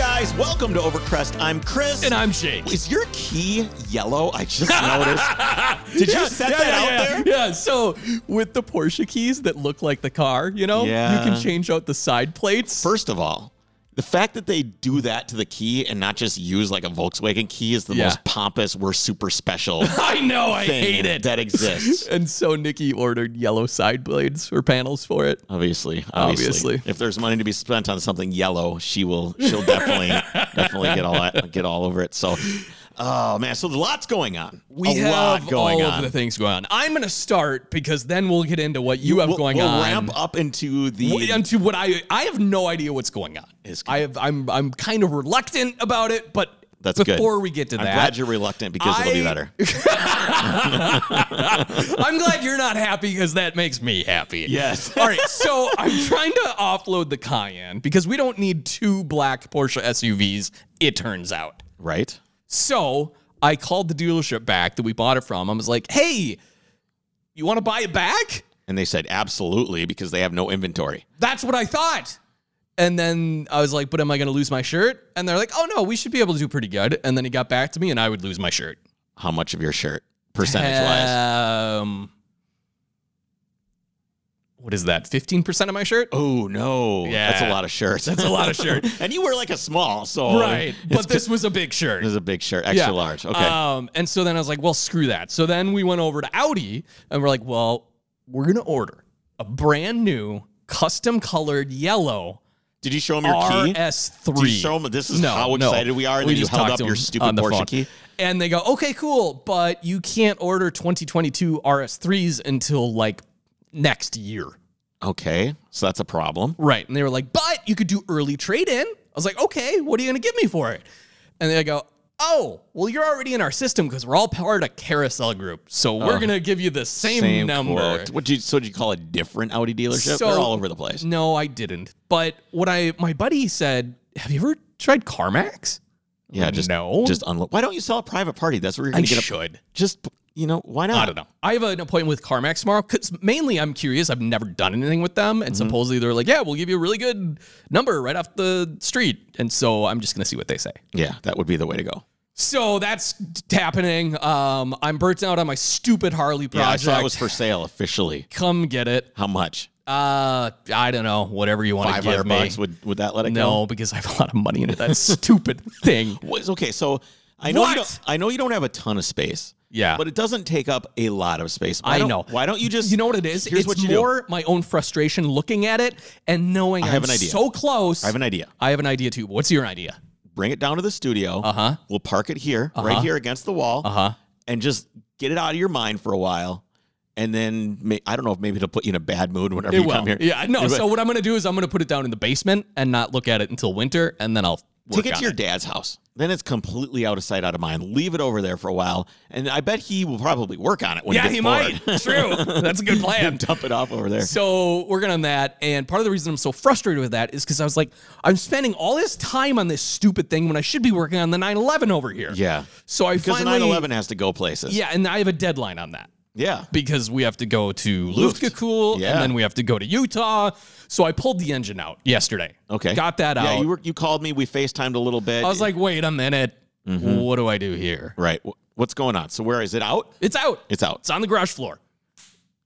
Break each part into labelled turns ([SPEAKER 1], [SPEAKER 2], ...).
[SPEAKER 1] Welcome to Overcrest. I'm Chris.
[SPEAKER 2] And I'm Jake.
[SPEAKER 1] Is your key yellow? I just noticed. Did you set that out
[SPEAKER 2] yeah,
[SPEAKER 1] there?
[SPEAKER 2] Yeah, so with the Porsche keys that look like the car, you know,
[SPEAKER 1] Yeah.
[SPEAKER 2] you can change out the side plates.
[SPEAKER 1] First of all, the fact that they do that to the key and not just use like a Volkswagen key is the
[SPEAKER 2] Yeah.
[SPEAKER 1] most pompous, we're super special
[SPEAKER 2] I know, I hate
[SPEAKER 1] thing
[SPEAKER 2] it.
[SPEAKER 1] that exists.
[SPEAKER 2] and so Nikki ordered yellow side blades or panels for it.
[SPEAKER 1] Obviously, obviously,
[SPEAKER 2] Obviously.
[SPEAKER 1] If there's money to be spent on something yellow, she will. She'll definitely, definitely get all that- get all over it. So, oh man, so there's lots going on.
[SPEAKER 2] We
[SPEAKER 1] a
[SPEAKER 2] have
[SPEAKER 1] lot going
[SPEAKER 2] all
[SPEAKER 1] on.
[SPEAKER 2] of the things going on. I'm going to start because then we'll get into what you have
[SPEAKER 1] we'll,
[SPEAKER 2] going
[SPEAKER 1] we'll
[SPEAKER 2] on.
[SPEAKER 1] ramp up into the.
[SPEAKER 2] Wait until what I I have no idea what's going on.
[SPEAKER 1] It's good.
[SPEAKER 2] I have I'm I'm kind of reluctant about it, but
[SPEAKER 1] That's good.
[SPEAKER 2] before we get to
[SPEAKER 1] I'm
[SPEAKER 2] that,
[SPEAKER 1] glad you're reluctant because it'll be
[SPEAKER 2] I-
[SPEAKER 1] better.
[SPEAKER 2] I'm glad you're not happy because that makes me happy.
[SPEAKER 1] Yes.
[SPEAKER 2] All right. So I'm trying to offload the Cayenne because we don't need two black Porsche SUVs. It turns out.
[SPEAKER 1] Right.
[SPEAKER 2] So I called the dealership back that we bought it from. I was like, "Hey, you want to buy it back?"
[SPEAKER 1] And they said absolutely because they have no inventory.
[SPEAKER 2] That's what I thought. And then I was like, but am I going to lose my shirt? And they're like, oh no, we should be able to do pretty good. And then he got back to me and I would lose my shirt.
[SPEAKER 1] How much of your shirt, percentage wise?
[SPEAKER 2] Um, what is that? 15% of my shirt?
[SPEAKER 1] Oh no, that's a
[SPEAKER 2] Yeah.
[SPEAKER 1] lot of shirts.
[SPEAKER 2] That's a lot of shirt.
[SPEAKER 1] and you wear like a small, so
[SPEAKER 2] right. But this was a big shirt.
[SPEAKER 1] this is a big shirt, extra
[SPEAKER 2] Yeah.
[SPEAKER 1] large. Okay.
[SPEAKER 2] Um, and so then I was like, well, screw that. So then we went over to Audi and we're like, well, we're going to order a brand new custom colored yellow
[SPEAKER 1] Did you show him your key?
[SPEAKER 2] RS3.
[SPEAKER 1] Did you show them this is how excited we are that you
[SPEAKER 2] just
[SPEAKER 1] held
[SPEAKER 2] talked
[SPEAKER 1] up
[SPEAKER 2] to
[SPEAKER 1] your
[SPEAKER 2] them
[SPEAKER 1] stupid
[SPEAKER 2] on the
[SPEAKER 1] Porsche
[SPEAKER 2] phone.
[SPEAKER 1] key?
[SPEAKER 2] And they go, okay, cool, but you can't order 2022 RS3s until like next year.
[SPEAKER 1] Okay, so that's a problem.
[SPEAKER 2] Right. And they were like, but you could do early trade in. I was like, okay, what are you going to give me for it? And they go, oh, well, you're already in our system because we're all part of Carousel Group. So we're going to give you the same, number.
[SPEAKER 1] quote. What did you, so did you call a different Audi dealership?
[SPEAKER 2] So-
[SPEAKER 1] They're all over the place.
[SPEAKER 2] No, I didn't. But what I, my buddy said, have you ever tried CarMax?
[SPEAKER 1] Yeah, just
[SPEAKER 2] No.
[SPEAKER 1] Just unload. Why don't you sell a private party? That's where you're
[SPEAKER 2] I
[SPEAKER 1] gonna get a
[SPEAKER 2] should.
[SPEAKER 1] just you know why not?
[SPEAKER 2] I don't know. I have an appointment with CarMax tomorrow because mainly I'm curious. I've never done anything with them, and supposedly they're like, "Yeah, we'll give you a really good number right off the street." And so I'm just gonna see what they say.
[SPEAKER 1] Yeah, that would be the way to go.
[SPEAKER 2] So that's t- happening. Um, I'm burnt out on my stupid Harley
[SPEAKER 1] Yeah, I
[SPEAKER 2] project.
[SPEAKER 1] saw it was for sale officially.
[SPEAKER 2] Come get it.
[SPEAKER 1] How much?
[SPEAKER 2] Uh, I don't know. Whatever you want to
[SPEAKER 1] Five
[SPEAKER 2] give
[SPEAKER 1] hundred
[SPEAKER 2] me.
[SPEAKER 1] bucks. Would would that let it go?
[SPEAKER 2] no, because I have a lot of money into that stupid thing.
[SPEAKER 1] Was- Okay, so I know
[SPEAKER 2] What?
[SPEAKER 1] you don't, I know you don't have a ton of space.
[SPEAKER 2] Yeah.
[SPEAKER 1] but it doesn't take up a lot of space. Why
[SPEAKER 2] I
[SPEAKER 1] don't-
[SPEAKER 2] know.
[SPEAKER 1] Why don't you just
[SPEAKER 2] You know what it is?
[SPEAKER 1] Here's
[SPEAKER 2] it's
[SPEAKER 1] what you do.
[SPEAKER 2] more my own frustration looking at it and knowing I
[SPEAKER 1] have
[SPEAKER 2] am
[SPEAKER 1] an idea.
[SPEAKER 2] so close.
[SPEAKER 1] I have an idea.
[SPEAKER 2] I have an idea too. but What's your idea?
[SPEAKER 1] bring it down to the studio. Uh
[SPEAKER 2] Uh-huh.
[SPEAKER 1] huh. We'll park it here, right here against the wall. Uh huh. And just get it out of your mind for a while. And then may, I don't know if maybe it'll put you in a bad mood whenever you come here.
[SPEAKER 2] Yeah, no.
[SPEAKER 1] But
[SPEAKER 2] So what I'm gonna do is I'm gonna put it down in the basement and not look at it until winter, and then I'll work
[SPEAKER 1] take it
[SPEAKER 2] on
[SPEAKER 1] to your dad's house. Then it's completely out of sight, out of mind. Leave it over there for a while, and I bet he will probably work on it when
[SPEAKER 2] Yeah,
[SPEAKER 1] he
[SPEAKER 2] he
[SPEAKER 1] gets
[SPEAKER 2] might.
[SPEAKER 1] bored.
[SPEAKER 2] True. That's a good plan.
[SPEAKER 1] Dump it off over there.
[SPEAKER 2] So we're gonna on that, and part of the reason I'm so frustrated with that is because I was like, I'm spending all this time on this stupid thing when I should be working on the 911 over here.
[SPEAKER 1] yeah,
[SPEAKER 2] So I
[SPEAKER 1] because the
[SPEAKER 2] finally.
[SPEAKER 1] 911 has to go places.
[SPEAKER 2] Yeah, and I have a deadline on that.
[SPEAKER 1] yeah.
[SPEAKER 2] because we have to go to
[SPEAKER 1] Luft.
[SPEAKER 2] Luftkakul
[SPEAKER 1] Yeah.
[SPEAKER 2] and then we have to go to Utah. So I pulled the engine out yesterday.
[SPEAKER 1] Okay,
[SPEAKER 2] Got that out.
[SPEAKER 1] Yeah, you were you called me. We Facetimed a little bit.
[SPEAKER 2] I was like, wait a minute.
[SPEAKER 1] Mm-hmm.
[SPEAKER 2] What do I do here?
[SPEAKER 1] right, wh- what's going on? So where is it out?
[SPEAKER 2] It's out.
[SPEAKER 1] It's out.
[SPEAKER 2] It's on the garage floor.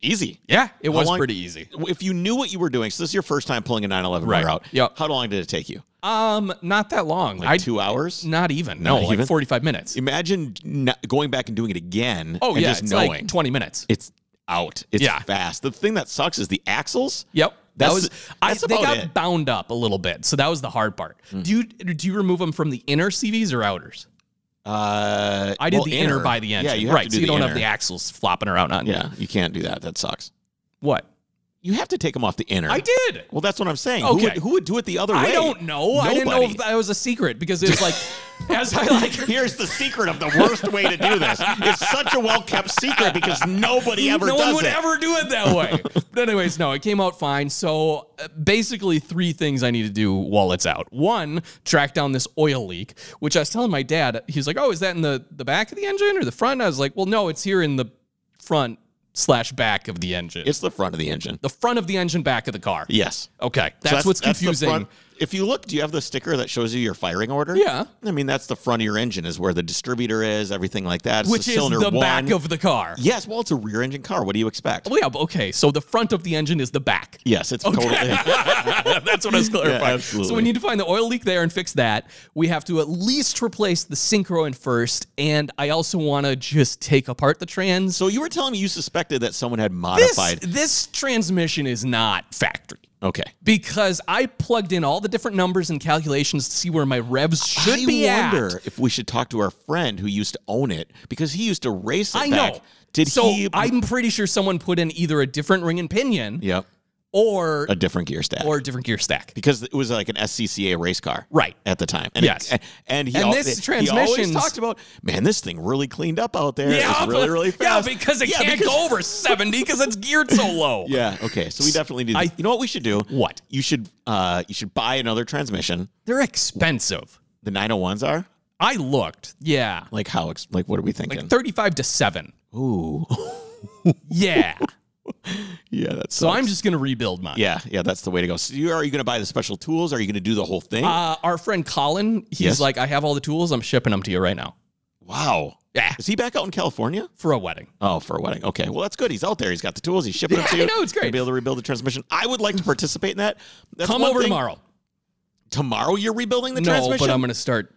[SPEAKER 1] Easy.
[SPEAKER 2] Yeah, it was
[SPEAKER 1] long-
[SPEAKER 2] pretty easy.
[SPEAKER 1] if you knew what you were doing, so this is your first time pulling a 911
[SPEAKER 2] Right.
[SPEAKER 1] bar out.
[SPEAKER 2] Yep.
[SPEAKER 1] How long did it take you?
[SPEAKER 2] Um, not that long.
[SPEAKER 1] Like
[SPEAKER 2] I
[SPEAKER 1] two hours?
[SPEAKER 2] Not even. No, like
[SPEAKER 1] even?
[SPEAKER 2] 45 minutes.
[SPEAKER 1] Imagine n- going back and doing it again.
[SPEAKER 2] Oh
[SPEAKER 1] and
[SPEAKER 2] yeah,
[SPEAKER 1] just
[SPEAKER 2] it's
[SPEAKER 1] knowing
[SPEAKER 2] like 20 minutes.
[SPEAKER 1] it's out. It's
[SPEAKER 2] Yeah.
[SPEAKER 1] fast. The thing that sucks is the axles.
[SPEAKER 2] Yep. That
[SPEAKER 1] That's-
[SPEAKER 2] was
[SPEAKER 1] that's
[SPEAKER 2] I they
[SPEAKER 1] about
[SPEAKER 2] got
[SPEAKER 1] it. Hmm.
[SPEAKER 2] bound up a little bit. So that was the hard part. Do you do you remove them from the inner CVs or outers?
[SPEAKER 1] Uh,
[SPEAKER 2] I did
[SPEAKER 1] well,
[SPEAKER 2] the inner, by the engine.
[SPEAKER 1] Yeah, you have
[SPEAKER 2] right.
[SPEAKER 1] to do
[SPEAKER 2] so you
[SPEAKER 1] the
[SPEAKER 2] don't
[SPEAKER 1] inner.
[SPEAKER 2] have the axles flopping around on you.
[SPEAKER 1] Yeah, you can't do that. That sucks.
[SPEAKER 2] What?
[SPEAKER 1] You have to take them off the inner.
[SPEAKER 2] I did.
[SPEAKER 1] Well, that's what I'm saying. Who,
[SPEAKER 2] Okay.
[SPEAKER 1] would, who would do it the other way?
[SPEAKER 2] I don't know. I didn't know
[SPEAKER 1] Nobody.
[SPEAKER 2] if that was a secret because it was like, as I like,
[SPEAKER 1] Here's the secret of the worst way to do this. It's such a well kept secret because nobody ever
[SPEAKER 2] no
[SPEAKER 1] does
[SPEAKER 2] one would
[SPEAKER 1] it.
[SPEAKER 2] ever do it that way. but anyways, no, it came out fine. So uh, basically, three things I need to do while it's out. One, track down this oil leak, which I was telling my dad. He's like, "Oh, is that in the the back of the engine or the front?" I was like, "Well, no, it's here in the front slash back of the engine.
[SPEAKER 1] it's the front of the engine.
[SPEAKER 2] the front of the engine, back of the car."
[SPEAKER 1] Yes.
[SPEAKER 2] Okay, that's,
[SPEAKER 1] So
[SPEAKER 2] what's
[SPEAKER 1] the
[SPEAKER 2] confusing.
[SPEAKER 1] front- if you look, do you have the sticker that shows you your firing order?
[SPEAKER 2] Yeah.
[SPEAKER 1] I mean, that's the front of your engine is where the distributor is, everything like that. It's
[SPEAKER 2] which is
[SPEAKER 1] cylinder
[SPEAKER 2] the
[SPEAKER 1] one.
[SPEAKER 2] back of the car.
[SPEAKER 1] Yes, well, it's a rear engine car. What do you expect?
[SPEAKER 2] Well, yeah, but okay. So the front of the engine is the back.
[SPEAKER 1] Yes, it's totally.
[SPEAKER 2] That's what I was clarifying.
[SPEAKER 1] absolutely.
[SPEAKER 2] So we need to find the oil leak there and fix that. We have to at least replace the synchro in first, and I also want to just take apart the trans.
[SPEAKER 1] So you were telling me you suspected that someone had
[SPEAKER 2] This,
[SPEAKER 1] modified.
[SPEAKER 2] this transmission is not factory
[SPEAKER 1] okay.
[SPEAKER 2] because I plugged in all the different numbers and calculations to see where my revs should
[SPEAKER 1] I
[SPEAKER 2] be
[SPEAKER 1] wonder
[SPEAKER 2] at.
[SPEAKER 1] if we should talk to our friend who used to own it because he used to race it
[SPEAKER 2] I
[SPEAKER 1] back.
[SPEAKER 2] know.
[SPEAKER 1] Did
[SPEAKER 2] so
[SPEAKER 1] he?
[SPEAKER 2] I'm pretty sure someone put in either a different ring and pinion
[SPEAKER 1] yep.
[SPEAKER 2] or
[SPEAKER 1] A different gear stack.
[SPEAKER 2] or a different gear stack.
[SPEAKER 1] because it was like an SCCA race car,
[SPEAKER 2] Right.
[SPEAKER 1] At the time, and
[SPEAKER 2] Yes.
[SPEAKER 1] it, and he
[SPEAKER 2] And
[SPEAKER 1] al-
[SPEAKER 2] this
[SPEAKER 1] he always
[SPEAKER 2] transmission's-
[SPEAKER 1] talked about man, this thing really cleaned up out there. Yeah, it's really
[SPEAKER 2] but-
[SPEAKER 1] really
[SPEAKER 2] yeah,
[SPEAKER 1] fast.
[SPEAKER 2] because it
[SPEAKER 1] Yeah,
[SPEAKER 2] can't
[SPEAKER 1] because-
[SPEAKER 2] go over 70 because it's geared so low.
[SPEAKER 1] Yeah, okay. So we definitely need. To,
[SPEAKER 2] I-
[SPEAKER 1] you know what we should do?
[SPEAKER 2] What?
[SPEAKER 1] you should uh you should buy another transmission.
[SPEAKER 2] They're expensive.
[SPEAKER 1] The 901s are
[SPEAKER 2] I looked. Yeah.
[SPEAKER 1] like how ex- like what are we thinking?
[SPEAKER 2] Like 35 to 7.
[SPEAKER 1] Ooh,
[SPEAKER 2] Yeah.
[SPEAKER 1] yeah, that's
[SPEAKER 2] so I'm just going to rebuild mine.
[SPEAKER 1] yeah yeah that's the way to go. So you, are you going to buy the special tools? Are you going to do the whole thing?
[SPEAKER 2] Uh, our friend Colin, he's
[SPEAKER 1] Yes.
[SPEAKER 2] like, I have all the tools. I'm shipping them to you right now.
[SPEAKER 1] wow,
[SPEAKER 2] Yeah.
[SPEAKER 1] is he back out in California?
[SPEAKER 2] For a wedding.
[SPEAKER 1] Oh, for a wedding. Okay. Well, that's good. He's out there. He's got the tools. He's shipping them to
[SPEAKER 2] I
[SPEAKER 1] you.
[SPEAKER 2] know, it's great.
[SPEAKER 1] To be able to rebuild the transmission. I would like to participate in that. That's
[SPEAKER 2] Come
[SPEAKER 1] one
[SPEAKER 2] over
[SPEAKER 1] thing.
[SPEAKER 2] tomorrow.
[SPEAKER 1] Tomorrow you're rebuilding the
[SPEAKER 2] No,
[SPEAKER 1] transmission?
[SPEAKER 2] but I'm going to start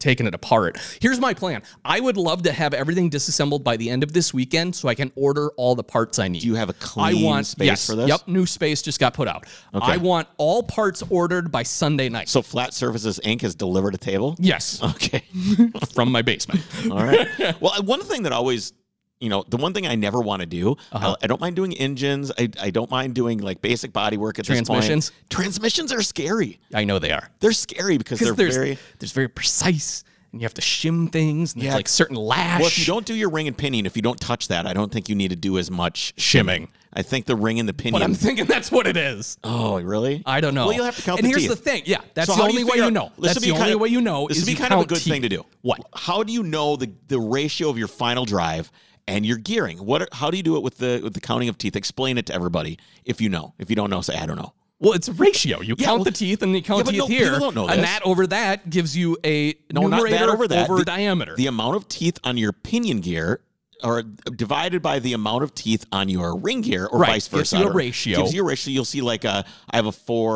[SPEAKER 2] taking it apart. Here's my plan I would love to have everything disassembled by the end of this weekend so I can order all the parts I need.
[SPEAKER 1] Do you have a
[SPEAKER 2] I
[SPEAKER 1] clean
[SPEAKER 2] want
[SPEAKER 1] space
[SPEAKER 2] yes,
[SPEAKER 1] for this?
[SPEAKER 2] Yep, new space just got put out. I want all parts ordered by Sunday night.
[SPEAKER 1] So Flat Surfaces Inc. has delivered a table?
[SPEAKER 2] yes,
[SPEAKER 1] Okay.
[SPEAKER 2] from my basement.
[SPEAKER 1] All right. well, I- one thing that always, you know, the one thing I never want to do,
[SPEAKER 2] Uh-huh.
[SPEAKER 1] uh, I, I don't mind doing engines. I, I don't mind doing like basic body work at
[SPEAKER 2] Transmissions?
[SPEAKER 1] this point. Transmissions are scary.
[SPEAKER 2] I know they are
[SPEAKER 1] They're scary because they're
[SPEAKER 2] because there's
[SPEAKER 1] very.
[SPEAKER 2] there's very precise, and you have to shim things, and there's
[SPEAKER 1] Yeah.
[SPEAKER 2] like certain lash.
[SPEAKER 1] Well, if you don't do your ring and pinion, if you don't touch that, I don't think you need to do as much shimming. I think the ring and the pinion.
[SPEAKER 2] but I'm thinking that's what it is.
[SPEAKER 1] oh, really?
[SPEAKER 2] I don't know.
[SPEAKER 1] Well, you'll have to count
[SPEAKER 2] And
[SPEAKER 1] the
[SPEAKER 2] here's
[SPEAKER 1] teeth.
[SPEAKER 2] the thing. Yeah, that's
[SPEAKER 1] So
[SPEAKER 2] the
[SPEAKER 1] how do
[SPEAKER 2] only way
[SPEAKER 1] figure
[SPEAKER 2] you
[SPEAKER 1] out-
[SPEAKER 2] know.
[SPEAKER 1] This
[SPEAKER 2] That's
[SPEAKER 1] would be
[SPEAKER 2] the
[SPEAKER 1] kind
[SPEAKER 2] only
[SPEAKER 1] of-
[SPEAKER 2] way you know.
[SPEAKER 1] This
[SPEAKER 2] is
[SPEAKER 1] would be
[SPEAKER 2] you
[SPEAKER 1] kind of a
[SPEAKER 2] count
[SPEAKER 1] good
[SPEAKER 2] teeth.
[SPEAKER 1] thing to do.
[SPEAKER 2] What?
[SPEAKER 1] How do you know the the ratio of your final drive and your gearing? What? Are, how do you do it with the with the counting of teeth? Explain it to everybody if you know. If you don't know, say I don't know.
[SPEAKER 2] Well, it's a ratio. You count
[SPEAKER 1] well-
[SPEAKER 2] the teeth and you count
[SPEAKER 1] but
[SPEAKER 2] teeth
[SPEAKER 1] no,
[SPEAKER 2] here,
[SPEAKER 1] people don't know
[SPEAKER 2] and
[SPEAKER 1] this.
[SPEAKER 2] that over that gives you a
[SPEAKER 1] No, not
[SPEAKER 2] numerator
[SPEAKER 1] that over that. The-
[SPEAKER 2] diameter.
[SPEAKER 1] The amount of teeth on your pinion gear are divided by the amount of teeth on your ring gear or
[SPEAKER 2] Right.
[SPEAKER 1] vice
[SPEAKER 2] Gives
[SPEAKER 1] versa.
[SPEAKER 2] you a
[SPEAKER 1] Or-
[SPEAKER 2] ratio.
[SPEAKER 1] Gives you a ratio. You'll see like a, I have a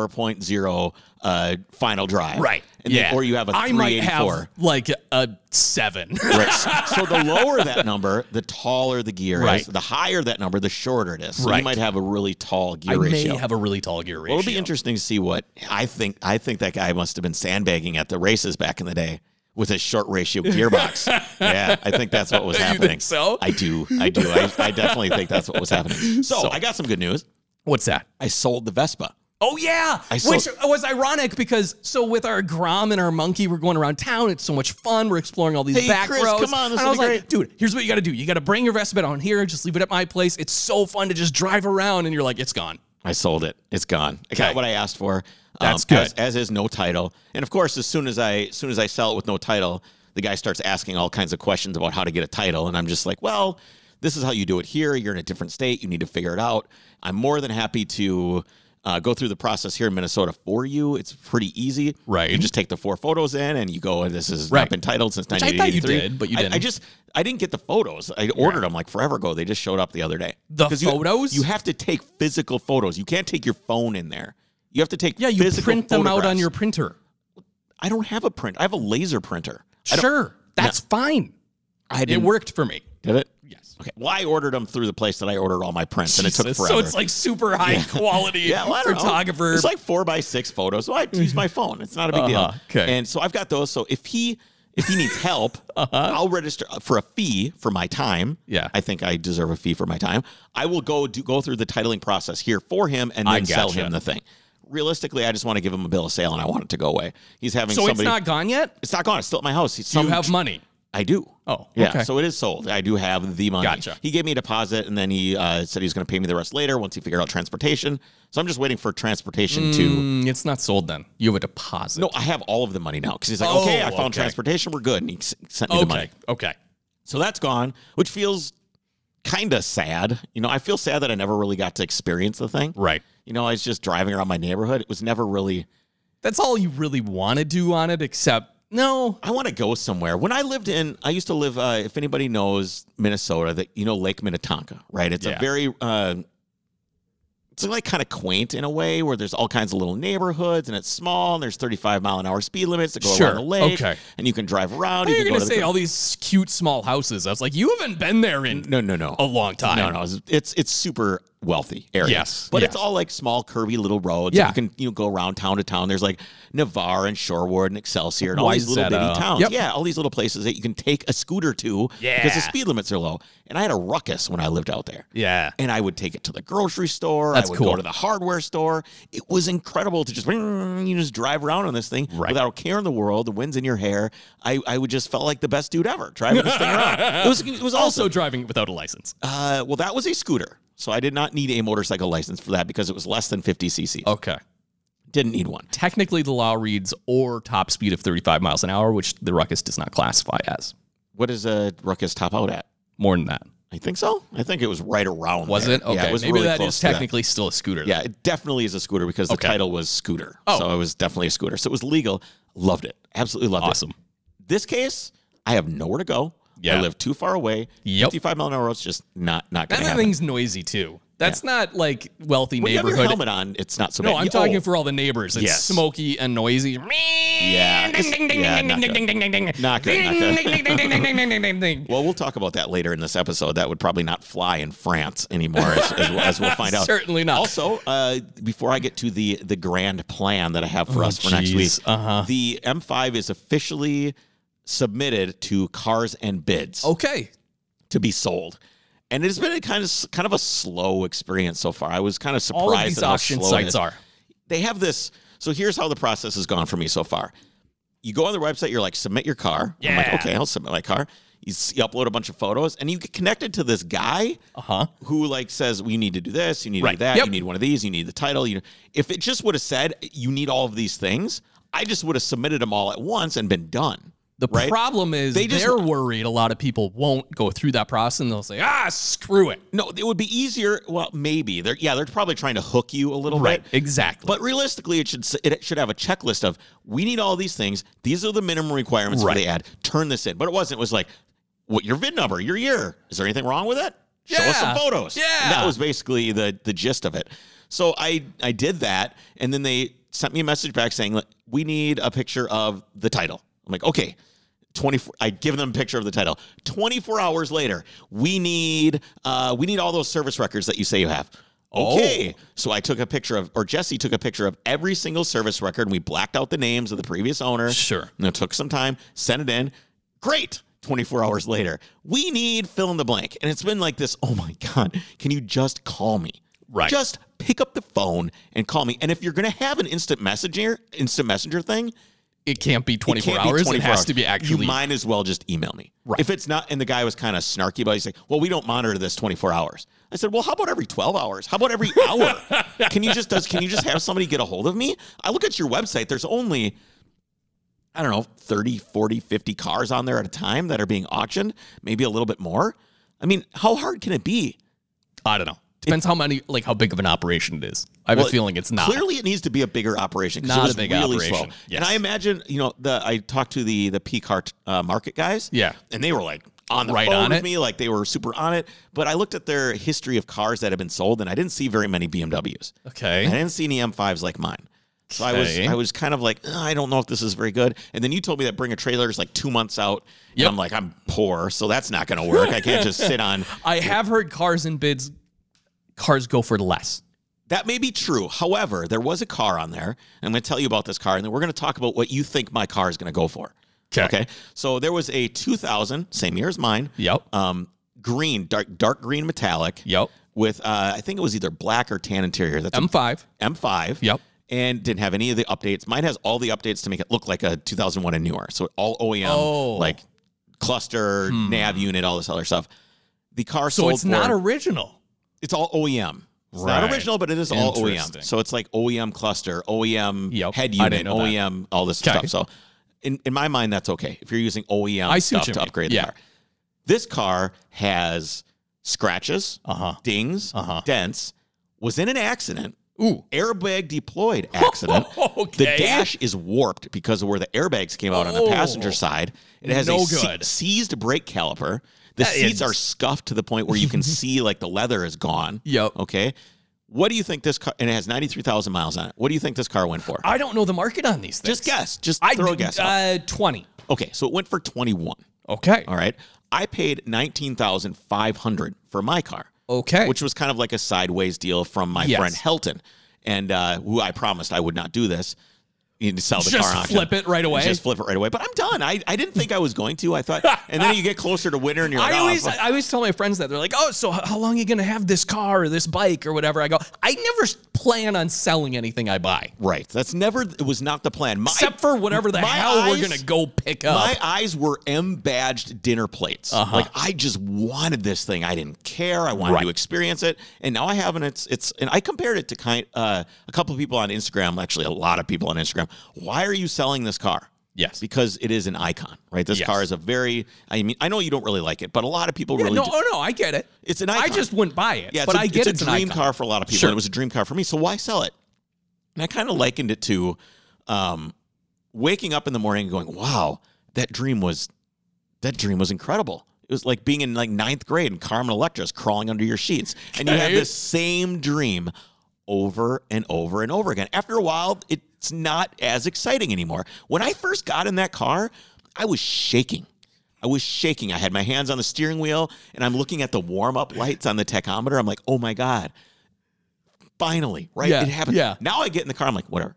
[SPEAKER 1] 4.0 uh, final drive.
[SPEAKER 2] Right.
[SPEAKER 1] And then-
[SPEAKER 2] yeah.
[SPEAKER 1] or you have a
[SPEAKER 2] I might
[SPEAKER 1] 384.
[SPEAKER 2] have like a seven.
[SPEAKER 1] Right. So the lower that number, the taller the gear is.
[SPEAKER 2] Right.
[SPEAKER 1] The higher that number, the shorter it is. So
[SPEAKER 2] Right.
[SPEAKER 1] you might have a really tall gear
[SPEAKER 2] I
[SPEAKER 1] ratio.
[SPEAKER 2] may have a really tall gear ratio.
[SPEAKER 1] well, it'll be interesting to see what I think. I think that guy must have been sandbagging at the races back in the day with his short ratio gearbox. yeah, I think that's what was
[SPEAKER 2] You think
[SPEAKER 1] happening.
[SPEAKER 2] so?
[SPEAKER 1] I do. I do. I, I definitely think that's what was happening. So, I got some good news.
[SPEAKER 2] What's that?
[SPEAKER 1] I sold the Vespa.
[SPEAKER 2] Oh yeah,
[SPEAKER 1] I saw-
[SPEAKER 2] which was ironic because so with our Grom and our monkey, we're going around town. It's so much fun. We're exploring all these
[SPEAKER 1] Hey,
[SPEAKER 2] back
[SPEAKER 1] Chris,
[SPEAKER 2] roads.
[SPEAKER 1] come on, this
[SPEAKER 2] and I
[SPEAKER 1] will
[SPEAKER 2] was
[SPEAKER 1] be
[SPEAKER 2] like, dude, here's what you got to do. You got to bring your Vespa on here. Just leave it at my place. It's so fun to just drive around, and you're like, it's gone.
[SPEAKER 1] I sold it. It's gone. I
[SPEAKER 2] Okay.
[SPEAKER 1] got what I asked for.
[SPEAKER 2] That's
[SPEAKER 1] Um,
[SPEAKER 2] good.
[SPEAKER 1] As, as is no title, and of course, as soon as I as soon as I sell it with no title, the guy starts asking all kinds of questions about how to get a title, and I'm just like, well, this is how you do it here. You're in a different state. You need to figure it out. I'm more than happy to. Uh, go through the process here in Minnesota for you. It's pretty easy.
[SPEAKER 2] Right.
[SPEAKER 1] You just take the four photos in and you go, this has
[SPEAKER 2] Right.
[SPEAKER 1] not been titled since
[SPEAKER 2] I thought you
[SPEAKER 1] 1983.
[SPEAKER 2] did, but you
[SPEAKER 1] I- I
[SPEAKER 2] didn't.
[SPEAKER 1] just, I didn't get the photos. I ordered them like forever ago. They just showed up the other day.
[SPEAKER 2] The
[SPEAKER 1] 'Cause you-
[SPEAKER 2] photos?
[SPEAKER 1] You have to take physical photos. You can't take your phone in there. You have to take
[SPEAKER 2] Yeah, you
[SPEAKER 1] physical
[SPEAKER 2] print them out on
[SPEAKER 1] photographs.
[SPEAKER 2] your printer.
[SPEAKER 1] I don't have a print. I have a laser printer. I don't-
[SPEAKER 2] Sure, that's fine.
[SPEAKER 1] I
[SPEAKER 2] It
[SPEAKER 1] didn't
[SPEAKER 2] worked for me.
[SPEAKER 1] did it.
[SPEAKER 2] Yes.
[SPEAKER 1] Okay. Well, I ordered them through the place that I ordered all my prints, and it took
[SPEAKER 2] Jesus.
[SPEAKER 1] forever.
[SPEAKER 2] So it's like super high quality
[SPEAKER 1] yeah, well, I don't know.
[SPEAKER 2] photographer. Mm-hmm.
[SPEAKER 1] It's like four by six photos. So I use my phone. It's not a big
[SPEAKER 2] Uh-huh.
[SPEAKER 1] deal.
[SPEAKER 2] Okay. Uh-huh.
[SPEAKER 1] And so I've got those. So if he if he needs help, I'll register uh, for a fee for my time.
[SPEAKER 2] Yeah.
[SPEAKER 1] I think I deserve a fee for my time. I will go do, go through the titling process here for him and
[SPEAKER 2] I
[SPEAKER 1] then sell
[SPEAKER 2] gotcha.
[SPEAKER 1] him the thing. Realistically, I just want to give him a bill of sale and I want it to go away. He's having
[SPEAKER 2] so
[SPEAKER 1] somebody.
[SPEAKER 2] it's not gone yet.
[SPEAKER 1] it's not gone. It's still at my house. He's some
[SPEAKER 2] you have money.
[SPEAKER 1] I do.
[SPEAKER 2] Oh,
[SPEAKER 1] yeah.
[SPEAKER 2] okay.
[SPEAKER 1] So it is sold. I do have the money.
[SPEAKER 2] Gotcha.
[SPEAKER 1] He gave me a deposit, and then he uh, said he was going to pay me the rest later once he figured out transportation. So I'm just waiting for transportation to.
[SPEAKER 2] Mm, it's not sold then. You have a deposit.
[SPEAKER 1] No, I have all of the money now because he's like,
[SPEAKER 2] Oh,
[SPEAKER 1] okay, I found
[SPEAKER 2] okay.
[SPEAKER 1] transportation. We're good, and he s- sent me the money.
[SPEAKER 2] Okay. Okay.
[SPEAKER 1] So that's gone, which feels kind of sad. You know, I feel sad that I never really got to experience the thing.
[SPEAKER 2] Right.
[SPEAKER 1] You know, I was just driving around my neighborhood. It was never really.
[SPEAKER 2] That's all you really want to do on it, except no.
[SPEAKER 1] I want to go somewhere. When I lived in, I used to live. Uh, if anybody knows Minnesota, that you know Lake Minnetonka, right? It's
[SPEAKER 2] Yeah.
[SPEAKER 1] a very, uh, it's like kind of quaint in a way, where there's all kinds of little neighborhoods, and it's small, and there's 35 mile an hour speed limits that go
[SPEAKER 2] Sure.
[SPEAKER 1] around the lake,
[SPEAKER 2] Okay.
[SPEAKER 1] and you can drive around.
[SPEAKER 2] You're
[SPEAKER 1] you can
[SPEAKER 2] gonna
[SPEAKER 1] go to
[SPEAKER 2] say
[SPEAKER 1] the,
[SPEAKER 2] all these cute small houses. I was like, you haven't been there in
[SPEAKER 1] no, no, no,
[SPEAKER 2] a long time.
[SPEAKER 1] No, no, it's- it's it's super wealthy area.
[SPEAKER 2] Yes,
[SPEAKER 1] but
[SPEAKER 2] yeah.
[SPEAKER 1] it's all like small, curvy little roads.
[SPEAKER 2] Yeah.
[SPEAKER 1] you can you know, go around town to town. There's like Navarre and Shoreward and Excelsior and all these little bitty
[SPEAKER 2] Wayzata.
[SPEAKER 1] towns.
[SPEAKER 2] Yep.
[SPEAKER 1] Yeah, all these little places that you can take a scooter to because
[SPEAKER 2] Yeah.
[SPEAKER 1] the speed limits are low. And I had a ruckus when I lived out there.
[SPEAKER 2] Yeah.
[SPEAKER 1] And I would take it to the grocery store.
[SPEAKER 2] That's
[SPEAKER 1] I would
[SPEAKER 2] cool.
[SPEAKER 1] go to the hardware store. It was incredible to just you just drive around on this thing
[SPEAKER 2] Right.
[SPEAKER 1] without a care in the world. The wind's in your hair. I, I would just felt like the best dude ever driving this thing around. It was it was awesome.
[SPEAKER 2] Also driving without a license.
[SPEAKER 1] Uh, well, that was a scooter. So I did not need a motorcycle license for that because it was less than 50 cc.
[SPEAKER 2] Okay.
[SPEAKER 1] Didn't need one.
[SPEAKER 2] Technically, the law reads or top speed of 35 miles an hour, which the ruckus does not classify as.
[SPEAKER 1] What does a Ruckus top out at?
[SPEAKER 2] More than that.
[SPEAKER 1] I think so. I think it was right around.
[SPEAKER 2] Was
[SPEAKER 1] there.
[SPEAKER 2] it? Okay.
[SPEAKER 1] Yeah, it was
[SPEAKER 2] Maybe
[SPEAKER 1] really
[SPEAKER 2] that
[SPEAKER 1] close
[SPEAKER 2] is
[SPEAKER 1] to that.
[SPEAKER 2] technically still a scooter. then.
[SPEAKER 1] Yeah, it definitely is a scooter because the
[SPEAKER 2] Okay.
[SPEAKER 1] title was scooter.
[SPEAKER 2] Oh.
[SPEAKER 1] So it was definitely a scooter. So it was legal. Loved it. Absolutely loved
[SPEAKER 2] Awesome.
[SPEAKER 1] it. This case, I have nowhere to go.
[SPEAKER 2] Yeah.
[SPEAKER 1] I live too far away.
[SPEAKER 2] Yep.
[SPEAKER 1] 55 mile an hour road's just not not
[SPEAKER 2] And
[SPEAKER 1] going to
[SPEAKER 2] that
[SPEAKER 1] happen.
[SPEAKER 2] thing's noisy too. That's not like wealthy
[SPEAKER 1] When you have your
[SPEAKER 2] neighborhood.
[SPEAKER 1] helmet on, it's not so bad.
[SPEAKER 2] No, I'm
[SPEAKER 1] Yeah,
[SPEAKER 2] talking
[SPEAKER 1] oh,
[SPEAKER 2] for all the neighbors. It's
[SPEAKER 1] Yes.
[SPEAKER 2] smoky and noisy.
[SPEAKER 1] Yeah.
[SPEAKER 2] Ding, ding, ding,
[SPEAKER 1] Yeah,
[SPEAKER 2] ding,
[SPEAKER 1] not
[SPEAKER 2] ding,
[SPEAKER 1] good.
[SPEAKER 2] ding, ding, ding, ding.
[SPEAKER 1] Not good, not good.
[SPEAKER 2] Ding, ding, ding, ding, ding, ding, ding, ding, ding, ding.
[SPEAKER 1] Well, we'll talk about that later in this episode. That would probably not fly in France anymore, as, as, as we'll find out.
[SPEAKER 2] Certainly not.
[SPEAKER 1] Also, uh, before I get to the the grand plan that I have for us for next week,
[SPEAKER 2] geez. Oh, Uh-huh.
[SPEAKER 1] the M5 is officially submitted to Cars and Bids
[SPEAKER 2] Okay.
[SPEAKER 1] to be sold. And it has been a kind of kind of a slow experience so far. I was kind of surprised
[SPEAKER 2] All of these
[SPEAKER 1] at how
[SPEAKER 2] auction
[SPEAKER 1] slow it
[SPEAKER 2] sites
[SPEAKER 1] is
[SPEAKER 2] are.
[SPEAKER 1] they have this. So here's how the process has gone for me so far. You go on their website, you're like, submit your car. I'm like,
[SPEAKER 2] Yeah.
[SPEAKER 1] okay, I'll submit my car. You, s- you upload a bunch of photos, and you get connected to this guy
[SPEAKER 2] Uh-huh.
[SPEAKER 1] who like says, "We need to do this. You need to
[SPEAKER 2] Right.
[SPEAKER 1] do that.
[SPEAKER 2] Yep.
[SPEAKER 1] You need one of these. You need the title." You if it just would have said, "You need all of these things," I just would have submitted them all at once and been done.
[SPEAKER 2] The
[SPEAKER 1] right?
[SPEAKER 2] problem is they
[SPEAKER 1] They just-
[SPEAKER 2] are worried a lot of people won't go through that process and they'll say, ah, screw it.
[SPEAKER 1] No, it would be easier. Well, maybe they're yeah, they're probably trying to hook you a little bit.
[SPEAKER 2] Exactly.
[SPEAKER 1] But realistically, it should s- it should have a checklist of we need all these things. These are the minimum requirements
[SPEAKER 2] Right.
[SPEAKER 1] for the ad. Turn this in. But it wasn't. It was like, what your VIN number, your year. Is there anything wrong with it? Show us
[SPEAKER 2] Yeah.
[SPEAKER 1] some photos.
[SPEAKER 2] Yeah.
[SPEAKER 1] And that was basically the the gist of it. So I I did that, and then they sent me a message back saying like, we need a picture of the title. I'm like, okay. 24 i give them a picture of the title 24 hours later we need uh we need all those service records that you say you have
[SPEAKER 2] Oh.
[SPEAKER 1] okay so i took a picture of or jesse took a picture of every single service record and we blacked out the names of the previous owner
[SPEAKER 2] Sure.
[SPEAKER 1] and it took some time sent it in great 24 hours later we need fill in the blank and it's been like this oh my god can you just call me
[SPEAKER 2] Right.
[SPEAKER 1] just pick up the phone and call me and if you're gonna have an instant messenger instant messenger thing
[SPEAKER 2] it can't be 24
[SPEAKER 1] can't be
[SPEAKER 2] hours. it
[SPEAKER 1] 24
[SPEAKER 2] has
[SPEAKER 1] hours.
[SPEAKER 2] to be
[SPEAKER 1] You
[SPEAKER 2] actually.
[SPEAKER 1] might as well just email me.
[SPEAKER 2] Right.
[SPEAKER 1] If it's not, and the guy was kind of snarky, but he's like, "Well, we don't monitor this 24 hours." I said, "Well, how about every 12 hours? How about every hour? can you just does can you just have somebody get a hold of me? I look at your website. There's only I don't know 30, 40, 50 cars on there at a time that are being auctioned, maybe a little bit more. I mean, how hard can it be?
[SPEAKER 2] I don't know. Depends how many, like how big of an operation it is. I have a
[SPEAKER 1] Well,
[SPEAKER 2] feeling it's not.
[SPEAKER 1] Clearly, it needs to be a bigger operation. 'cause
[SPEAKER 2] Not
[SPEAKER 1] it was
[SPEAKER 2] a big
[SPEAKER 1] really
[SPEAKER 2] operation.
[SPEAKER 1] Slow.
[SPEAKER 2] Yes.
[SPEAKER 1] And I imagine, you know, the I talked to the the P cart uh, market guys.
[SPEAKER 2] Yeah.
[SPEAKER 1] and they were like on the
[SPEAKER 2] Right
[SPEAKER 1] phone
[SPEAKER 2] on
[SPEAKER 1] with
[SPEAKER 2] it.
[SPEAKER 1] me, like they were super on it. But I looked at their history of cars that have been sold, and I didn't see very many BMWs. I
[SPEAKER 2] Okay.
[SPEAKER 1] didn't see any M5s like mine. So I was
[SPEAKER 2] Okay.
[SPEAKER 1] I was kind of like "Ugh, I don't know if this is very good. And then you told me that bring a trailer is like two months out.
[SPEAKER 2] Yep.
[SPEAKER 1] And I'm like I'm poor, so that's not going to work. I can't just sit on
[SPEAKER 2] I have heard cars and bids, cars go for less.
[SPEAKER 1] That may be true. However, there was a car on there. and I'm going to tell you about this car, and then we're going to talk about what you think my car is going to go for.
[SPEAKER 2] 'Kay.
[SPEAKER 1] Okay. So there was a 2000, same year as mine.
[SPEAKER 2] Yep.
[SPEAKER 1] Um, green, dark, dark green metallic.
[SPEAKER 2] Yep.
[SPEAKER 1] With uh, I think it was either black or tan interior. That's a
[SPEAKER 2] M5.
[SPEAKER 1] M5.
[SPEAKER 2] Yep.
[SPEAKER 1] And didn't have any of the updates. Mine has all the updates to make it look like a 2001 and newer. So all OEM,
[SPEAKER 2] Oh. Hmm.
[SPEAKER 1] like cluster, nav unit, all this other stuff. The car
[SPEAKER 2] So
[SPEAKER 1] sold
[SPEAKER 2] it's not
[SPEAKER 1] for-
[SPEAKER 2] original.
[SPEAKER 1] it's all OEM. It's
[SPEAKER 2] Right.
[SPEAKER 1] not original, but it is all
[SPEAKER 2] Interesting.
[SPEAKER 1] OEM. So it's like OEM cluster, OEM
[SPEAKER 2] Yep.
[SPEAKER 1] head
[SPEAKER 2] I didn't
[SPEAKER 1] unit,
[SPEAKER 2] know that.
[SPEAKER 1] OEM, all this
[SPEAKER 2] Okay.
[SPEAKER 1] stuff. So in, in my mind, that's okay. If you're using OEM
[SPEAKER 2] I see what
[SPEAKER 1] stuff
[SPEAKER 2] you
[SPEAKER 1] to
[SPEAKER 2] mean.
[SPEAKER 1] upgrade the
[SPEAKER 2] Yeah.
[SPEAKER 1] car. This car has scratches,
[SPEAKER 2] Uh huh.
[SPEAKER 1] dings,
[SPEAKER 2] Uh-huh.
[SPEAKER 1] dents, was in an accident,
[SPEAKER 2] Ooh.
[SPEAKER 1] airbag deployed accident. The
[SPEAKER 2] Okay.
[SPEAKER 1] dash is warped because of where the airbags came out on the passenger
[SPEAKER 2] Oh.
[SPEAKER 1] side. It has
[SPEAKER 2] No
[SPEAKER 1] a se-
[SPEAKER 2] good.
[SPEAKER 1] seized brake caliper. The
[SPEAKER 2] That
[SPEAKER 1] seats
[SPEAKER 2] is-
[SPEAKER 1] are scuffed to the point where you can see like the leather is gone.
[SPEAKER 2] Yep.
[SPEAKER 1] Okay. What do you think this car? And it has ninety three thousand miles on it. What do you think this car went for?
[SPEAKER 2] I don't know the market on these things.
[SPEAKER 1] Just guess. Just
[SPEAKER 2] I
[SPEAKER 1] throw a guess. out.
[SPEAKER 2] Uh, twenty.
[SPEAKER 1] okay, so it went for twenty one.
[SPEAKER 2] Okay.
[SPEAKER 1] All right. I paid nineteen thousand five hundred for my car.
[SPEAKER 2] Okay.
[SPEAKER 1] Which was kind of like a sideways deal from my
[SPEAKER 2] Yes.
[SPEAKER 1] friend Helton, and uh, who I promised I would not do this. You need to sell the
[SPEAKER 2] Just
[SPEAKER 1] car auction.
[SPEAKER 2] flip it right away?
[SPEAKER 1] Just flip it right away. But I'm done. I, I didn't think I was going to. I thought, and then you get closer to winter and you're like,
[SPEAKER 2] I
[SPEAKER 1] "Oh,
[SPEAKER 2] always,
[SPEAKER 1] fuck."
[SPEAKER 2] I always tell my friends that they're like, "Oh, so h- how long are you gonna have this car or this bike or whatever?" I go, "I never s- plan on selling anything I buy,
[SPEAKER 1] right. That's never. It was not the plan. My,
[SPEAKER 2] except for whatever the
[SPEAKER 1] my
[SPEAKER 2] hell
[SPEAKER 1] eyes-
[SPEAKER 2] we're gonna go pick up." Uh-huh.
[SPEAKER 1] My eyes were embadged dinner plates. Like I just wanted this thing. I didn't care. I wanted to experience it, and now I have, and it's it's. And I compared it to kind uh, a couple of people on Instagram. Actually, a lot of people on Instagram. Why are you selling this car?
[SPEAKER 2] Yes.
[SPEAKER 1] because it is an icon, right? This
[SPEAKER 2] Yes.
[SPEAKER 1] car is a very. I mean, I know you don't really like it, but a lot of people really.
[SPEAKER 2] no,
[SPEAKER 1] do.
[SPEAKER 2] oh no, I get it.
[SPEAKER 1] It's an
[SPEAKER 2] I
[SPEAKER 1] icon.
[SPEAKER 2] just wouldn't buy it,
[SPEAKER 1] Yeah,
[SPEAKER 2] but
[SPEAKER 1] it's a,
[SPEAKER 2] I get
[SPEAKER 1] it's a
[SPEAKER 2] an
[SPEAKER 1] dream
[SPEAKER 2] icon.
[SPEAKER 1] car for a lot of people.
[SPEAKER 2] Sure.
[SPEAKER 1] And it was a dream car for me, so why sell it? And I kind of likened it to um, waking up in the morning and going, "Wow, that dream was that dream was incredible." It was like being in like ninth grade and Carmen Electra's crawling under your sheets, and you have
[SPEAKER 2] Okay.
[SPEAKER 1] this same dream over and over and over again. After a while, it's not as exciting anymore. When I first got in that car, I was shaking. I was shaking. I had my hands on the steering wheel and I'm looking at the warm up lights on the tachometer. I'm like, oh my God. Finally, right?
[SPEAKER 2] Yeah,
[SPEAKER 1] It happened.
[SPEAKER 2] yeah.
[SPEAKER 1] Now I get in the car. I'm like, whatever.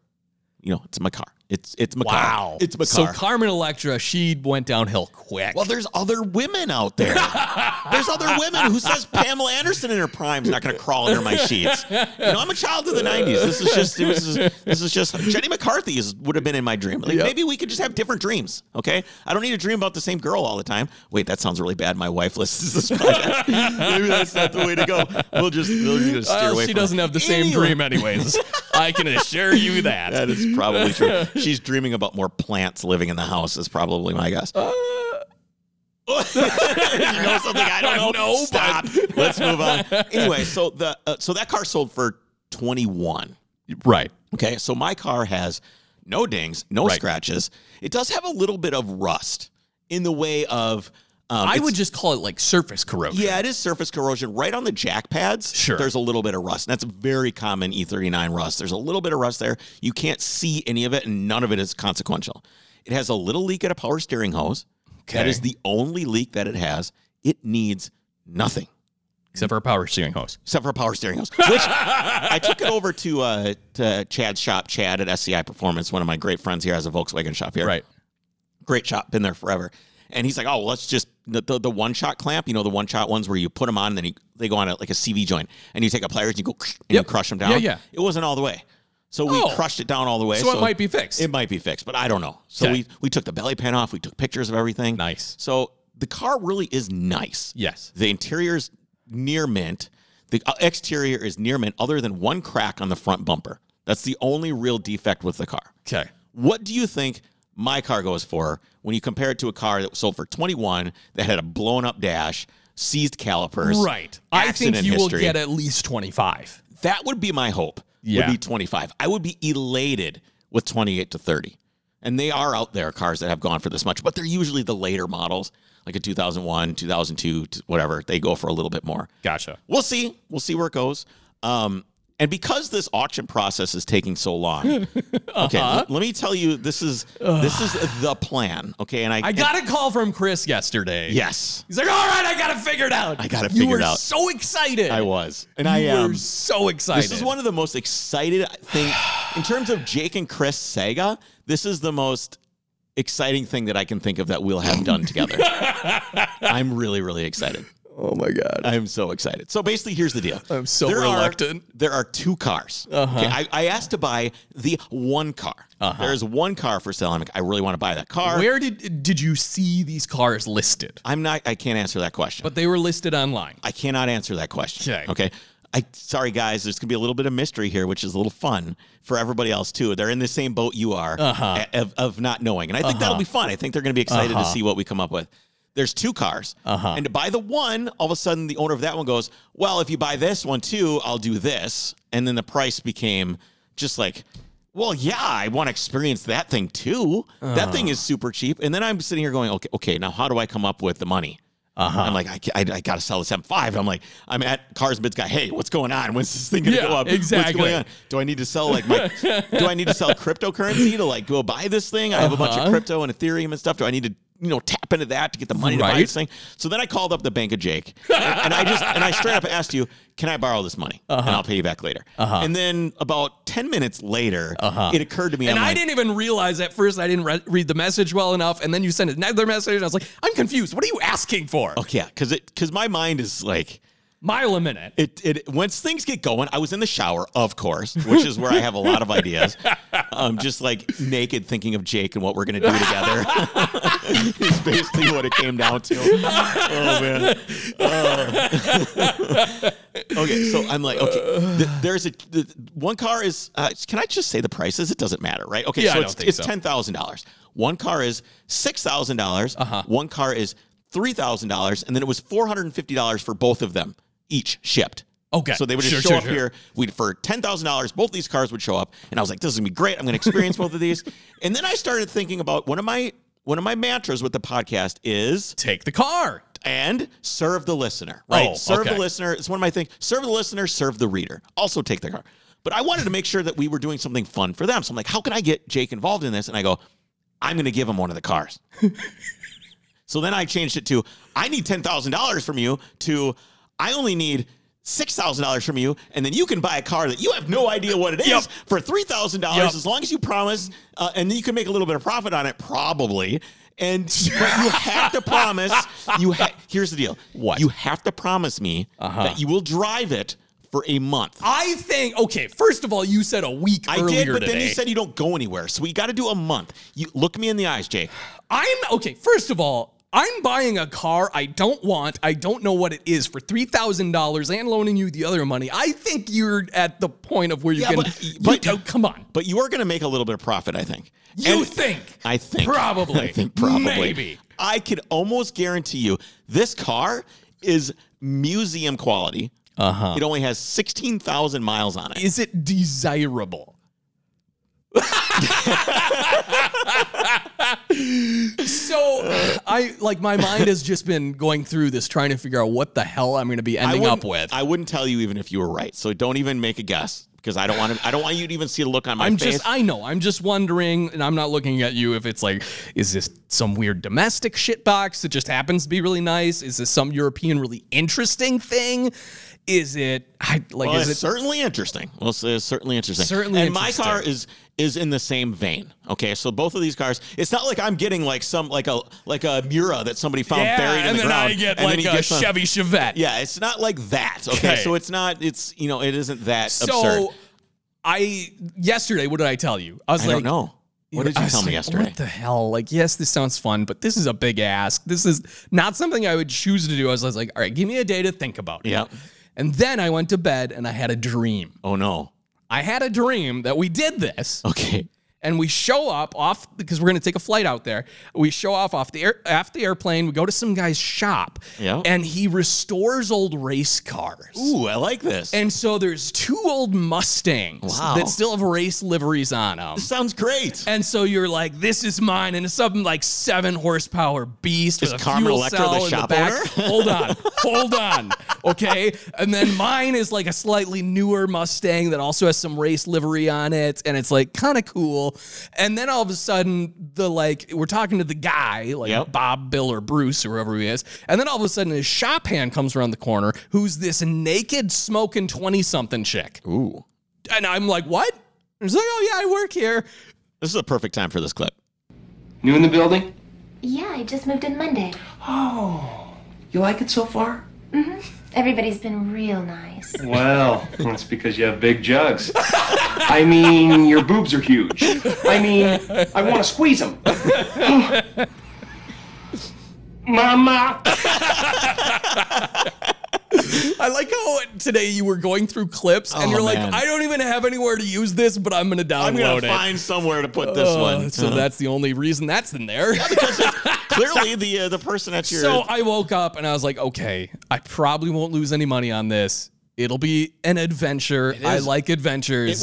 [SPEAKER 1] You know, it's my car. It's it's my car.
[SPEAKER 2] Wow,
[SPEAKER 1] It's my
[SPEAKER 2] So
[SPEAKER 1] car.
[SPEAKER 2] Carmen Electra, she went downhill quick.
[SPEAKER 1] well, there's other women out there. there's other women who says Pamela Anderson in her prime's not going to crawl under my sheets. You know, I'm a child of the '90s. This is just this is this is just Jenny McCarthy is, would have been in my dream. Like,
[SPEAKER 2] Yep.
[SPEAKER 1] Maybe we could just have different dreams. Okay, I don't need to dream about the same girl all the time. Wait, that sounds really bad. My wife listens to this podcast. Maybe that's not the way to go. We'll just we'll just steer
[SPEAKER 2] Well,
[SPEAKER 1] away.
[SPEAKER 2] Uh, she
[SPEAKER 1] from it.
[SPEAKER 2] doesn't have the same
[SPEAKER 1] Anyway.
[SPEAKER 2] dream, anyways. I can assure you that.
[SPEAKER 1] That is probably true. She's dreaming about more plants living in the house. Is probably my guess. you know something I don't know.
[SPEAKER 2] I know,
[SPEAKER 1] Stop. Let's move on. Anyway, so the uh, so that car sold for twenty one.
[SPEAKER 2] right.
[SPEAKER 1] Okay, so my car has no dings, no
[SPEAKER 2] Right.
[SPEAKER 1] scratches. It does have a little bit of rust in the way of. Um,
[SPEAKER 2] I
[SPEAKER 1] it's-
[SPEAKER 2] would just call it like surface corrosion.
[SPEAKER 1] Yeah, it is surface corrosion right on the jack pads.
[SPEAKER 2] Sure.
[SPEAKER 1] There's a little bit of rust. And that's very common E39 rust. There's a little bit of rust there. You can't see any of it, and none of it is consequential. It has a little leak at a power steering hose. That
[SPEAKER 2] Okay.
[SPEAKER 1] is the only leak that it has. It needs nothing
[SPEAKER 2] Except for a power steering hose.
[SPEAKER 1] except for a power steering hose, which I took it over to uh, to Chad's shop, Chad at SCI Performance, one of my great friends here has a Volkswagen shop here.
[SPEAKER 2] Right.
[SPEAKER 1] Great shop, been there forever. And he's like, oh, let's just the, the, the one shot clamp, you know, the one shot ones where you put them on and then you, they go on a, like a CV joint and you take a pliers and you go and you
[SPEAKER 2] Yep.
[SPEAKER 1] crush them down.
[SPEAKER 2] Yeah, yeah.
[SPEAKER 1] It wasn't all the way. So we
[SPEAKER 2] Oh.
[SPEAKER 1] crushed it down all the way.
[SPEAKER 2] So, it might be fixed.
[SPEAKER 1] It might be fixed, but I don't know. So
[SPEAKER 2] Okay.
[SPEAKER 1] we, we took the belly pan off. We took pictures of everything.
[SPEAKER 2] Nice.
[SPEAKER 1] So the car really is nice.
[SPEAKER 2] yes.
[SPEAKER 1] The interior's near mint. The uh, exterior is near mint, other than one crack on the front bumper. That's the only real defect with the car.
[SPEAKER 2] Okay.
[SPEAKER 1] What do you think my car goes for when you compare it to a car that sold for 21 that had a blown up dash, seized calipers?
[SPEAKER 2] Right. I think
[SPEAKER 1] accident
[SPEAKER 2] you
[SPEAKER 1] history?
[SPEAKER 2] will get at least 25.
[SPEAKER 1] That would be my hope.
[SPEAKER 2] Yeah.
[SPEAKER 1] Would be 25. I would be elated with 28 to 30. And they are out there cars that have gone for this much, but they're usually the later models, like a 2001, 2002, t- whatever. They go for a little bit more.
[SPEAKER 2] Gotcha.
[SPEAKER 1] We'll see. We'll see where it goes. Um, and because this auction process is taking so long, okay,
[SPEAKER 2] Uh-huh.
[SPEAKER 1] l- let me tell you, this is this is the plan. Okay, and I,
[SPEAKER 2] I got a call from Chris yesterday.
[SPEAKER 1] yes,
[SPEAKER 2] He's like, all right, I got it figured out. I
[SPEAKER 1] got it
[SPEAKER 2] You were
[SPEAKER 1] figured out.
[SPEAKER 2] so excited.
[SPEAKER 1] I was, and I
[SPEAKER 2] You
[SPEAKER 1] am.
[SPEAKER 2] were so excited.
[SPEAKER 1] This is one of the most excited thing in terms of Jake and Chris Sega. This is the most exciting thing that I can think of that we'll have done together. I'm really, really excited.
[SPEAKER 2] Oh my God.
[SPEAKER 1] I'm so excited. So basically, here's the deal.
[SPEAKER 2] I'm so
[SPEAKER 1] are-
[SPEAKER 2] reluctant. Uh-huh.
[SPEAKER 1] there are two cars. Okay, I, I asked to buy the one car. There is one car for sale. I'm like, I really want to buy that car.
[SPEAKER 2] Where did did you see these cars listed?
[SPEAKER 1] I'm not. I can't answer that question.
[SPEAKER 2] But they were listed online.
[SPEAKER 1] I cannot answer that question.
[SPEAKER 2] Okay.
[SPEAKER 1] Okay. I sorry guys, there's gonna be a little bit of mystery here, which is a little fun for everybody else too. They're in the same boat you are uh of, of not knowing, and I think that'll be fun. I think they're gonna be excited to see what we come up with. There's two cars. And to buy the one, all of a sudden the owner of that one goes, Well, if you buy this one too, I'll do this. And then the price became just like, Well, yeah, I want to experience that thing too. That thing is super cheap. And then I'm sitting here going, Okay, okay, now how do I come up with the money? Uh-huh. I'm like, I, ca- I, I got to sell this M5. I'm like, I'm at CarsBids guy. Hey, what's going on? When's this thing going to
[SPEAKER 2] Yeah,
[SPEAKER 1] go up? What's
[SPEAKER 2] exactly.
[SPEAKER 1] going on? Do I need to sell like my? do I need to sell cryptocurrency to like go buy this thing? I have a bunch of
[SPEAKER 2] Uh-huh.
[SPEAKER 1] crypto and Ethereum and stuff. Do I need to you know tap into that to get the money to buy
[SPEAKER 2] Right.
[SPEAKER 1] this thing? So then I called up the bank of Jake and, and I just and I straight up asked you, can I borrow this money
[SPEAKER 2] Uh-huh.
[SPEAKER 1] and I'll pay you back later? And then about ten minutes later, it occurred to me,
[SPEAKER 2] Uh-huh. And
[SPEAKER 1] I'm
[SPEAKER 2] I
[SPEAKER 1] like,
[SPEAKER 2] didn't even realize at first I didn't re- read the message well enough, and then you sent another message, and I was like, I'm confused. What are you asking for?
[SPEAKER 1] okay, because it because my mind is like.
[SPEAKER 2] Mile a minute.
[SPEAKER 1] It, it once things get going, I was in the shower, of course, which is where I have a lot of ideas. Um, just like naked, thinking of Jake and what we're gonna do together. is basically what it came down to. Oh man. Oh. okay, so I'm like, okay, th- there's a th- one car is. Uh, can I just say the prices? It doesn't matter, right? Okay,
[SPEAKER 2] Yeah, I
[SPEAKER 1] so
[SPEAKER 2] don't
[SPEAKER 1] it's,
[SPEAKER 2] think
[SPEAKER 1] it's
[SPEAKER 2] so.
[SPEAKER 1] ten thousand dollars. One car is six dollars.
[SPEAKER 2] Uh-huh.
[SPEAKER 1] One car is three thousand dollars, and then it was four hundred and fifty dollars for both of them each shipped.
[SPEAKER 2] Okay.
[SPEAKER 1] So they would just
[SPEAKER 2] Sure,
[SPEAKER 1] show
[SPEAKER 2] sure,
[SPEAKER 1] up
[SPEAKER 2] sure.
[SPEAKER 1] here. We'd for ten thousand dollars, both these cars would show up, and I was like, "This is gonna be great. I'm gonna experience both of these." And then I started thinking about one of my one of my mantras with the podcast is
[SPEAKER 2] Take the car.
[SPEAKER 1] and serve the listener. Right,
[SPEAKER 2] Oh,
[SPEAKER 1] serve
[SPEAKER 2] okay.
[SPEAKER 1] the listener. It's one of my things. Serve the listener, serve the reader. Also take the car. But I wanted to make sure that we were doing something fun for them. So I'm like, "How can I get Jake involved in this?" And I go, "I'm gonna give him one of the cars." So then I changed it to I need ten thousand dollars from you to I only need six thousand dollars from you, and then you can buy a car that you have no idea what it is
[SPEAKER 2] Yep.
[SPEAKER 1] for three thousand
[SPEAKER 2] Yep.
[SPEAKER 1] dollars as long as you promise, uh, and then you can make a little bit of profit on it probably. And but you have to promise you. Ha- Here's the deal:
[SPEAKER 2] What? Uh-huh.
[SPEAKER 1] you have to promise me that you will drive it for a month.
[SPEAKER 2] I think, okay, first of all, you said a week
[SPEAKER 1] I
[SPEAKER 2] earlier
[SPEAKER 1] did, but
[SPEAKER 2] today.
[SPEAKER 1] then you said you don't go anywhere, so we got to do a month. You look me in the eyes, Jake.
[SPEAKER 2] I'm okay. First of all, I'm buying a car I don't want. I don't know what it is for three thousand dollars and loaning you the other money. I think you're at the point of where you
[SPEAKER 1] Yeah,
[SPEAKER 2] can.
[SPEAKER 1] but-
[SPEAKER 2] you-
[SPEAKER 1] but-
[SPEAKER 2] oh, come on,
[SPEAKER 1] But you are going to make a little bit of profit, I think.
[SPEAKER 2] you
[SPEAKER 1] And-
[SPEAKER 2] think?
[SPEAKER 1] I think
[SPEAKER 2] Probably.
[SPEAKER 1] I think probably.
[SPEAKER 2] Maybe.
[SPEAKER 1] I could almost guarantee you this car is museum quality. Uh
[SPEAKER 2] Uh-huh.
[SPEAKER 1] huh. It only has sixteen thousand miles on it.
[SPEAKER 2] is it desirable? so I like my mind has just been going through this, trying to figure out what the hell I'm going to be ending
[SPEAKER 1] I
[SPEAKER 2] up
[SPEAKER 1] wouldn't-
[SPEAKER 2] with.
[SPEAKER 1] I wouldn't tell you even if you were right. So don't even make a guess because I don't want to. I don't want you to even see the look on my
[SPEAKER 2] I'm
[SPEAKER 1] face.
[SPEAKER 2] just, I know, I'm just wondering, and I'm not looking at you if it's like, is this some weird domestic shit box that just happens to be really nice? Is this some European really interesting thing? Is it, I like,
[SPEAKER 1] Well,
[SPEAKER 2] is
[SPEAKER 1] it's
[SPEAKER 2] it,
[SPEAKER 1] certainly interesting. Well, it's, it's certainly interesting.
[SPEAKER 2] Certainly
[SPEAKER 1] and
[SPEAKER 2] interesting.
[SPEAKER 1] my car is is in the same vein. Okay, so both of these cars, it's not like I'm getting like some like a like a Mura that somebody found buried in
[SPEAKER 2] and
[SPEAKER 1] the
[SPEAKER 2] then
[SPEAKER 1] ground.
[SPEAKER 2] I get
[SPEAKER 1] and then
[SPEAKER 2] like
[SPEAKER 1] he
[SPEAKER 2] a
[SPEAKER 1] gets some-
[SPEAKER 2] Chevy Chevette.
[SPEAKER 1] Yeah, it's not like that. Okay,
[SPEAKER 2] Okay.
[SPEAKER 1] so it's not. It's you know, it isn't that
[SPEAKER 2] so
[SPEAKER 1] absurd.
[SPEAKER 2] I, yesterday, what did I tell you? I was
[SPEAKER 1] I
[SPEAKER 2] like,
[SPEAKER 1] don't know. What did
[SPEAKER 2] I
[SPEAKER 1] you
[SPEAKER 2] was
[SPEAKER 1] tell me
[SPEAKER 2] like,
[SPEAKER 1] yesterday?
[SPEAKER 2] What the hell? Like, yes, this sounds fun, but this is a big ask. This is not something I would choose to do. I was, I was like, all right, give me a day to think about it.
[SPEAKER 1] Yeah.
[SPEAKER 2] And then I went to bed and I had a dream.
[SPEAKER 1] oh no.
[SPEAKER 2] I had a dream that we did this
[SPEAKER 1] Okay.
[SPEAKER 2] and we show up off because we're going to take a flight out there. We show off off the air, off the airplane. We go to some guy's shop
[SPEAKER 1] Yeah.
[SPEAKER 2] and he restores old race cars.
[SPEAKER 1] Ooh, I like this.
[SPEAKER 2] And so there's two old Mustangs
[SPEAKER 1] Wow.
[SPEAKER 2] that still have race liveries on them.
[SPEAKER 1] Sounds great.
[SPEAKER 2] And so you're like, this is mine, and it's some like seven horsepower beast with a
[SPEAKER 1] Carmen
[SPEAKER 2] fuel
[SPEAKER 1] Electra
[SPEAKER 2] cell
[SPEAKER 1] the
[SPEAKER 2] in the
[SPEAKER 1] shop
[SPEAKER 2] back.
[SPEAKER 1] owner?
[SPEAKER 2] hold on, hold on, okay. And then mine is like a slightly newer Mustang that also has some race livery on it, and it's like kind of cool. And then all of a sudden, the like we're talking to the guy, like
[SPEAKER 1] Yep.
[SPEAKER 2] Bob, Bill, or Bruce, or whoever he is, and then all of a sudden, his shop hand comes around the corner, who's this naked smoking twenty something chick,
[SPEAKER 1] Ooh,
[SPEAKER 2] and I'm like, what? And He's like, oh yeah, I work here.
[SPEAKER 1] this is a perfect time for this clip.
[SPEAKER 3] New in the building?
[SPEAKER 4] Yeah, I just moved in Monday.
[SPEAKER 3] You like it so far?
[SPEAKER 4] Everybody's been real nice.
[SPEAKER 3] Well, that's because you have big jugs. I mean, your boobs are huge. I mean, I want to squeeze them. Mama!
[SPEAKER 2] I like how today you were going through clips and
[SPEAKER 1] Oh,
[SPEAKER 2] you're like,
[SPEAKER 1] man.
[SPEAKER 2] I don't even have anywhere to use this, but I'm gonna download
[SPEAKER 1] I'm gonna
[SPEAKER 2] it. Oh,
[SPEAKER 1] find somewhere to put this
[SPEAKER 2] Uh,
[SPEAKER 1] one. Uh-huh.
[SPEAKER 2] so that's the only reason that's in there.
[SPEAKER 1] clearly the uh, the person at your
[SPEAKER 2] So I woke up and I was like, okay, I probably won't lose any money on this. It'll be an adventure. I
[SPEAKER 1] is.
[SPEAKER 2] like adventures.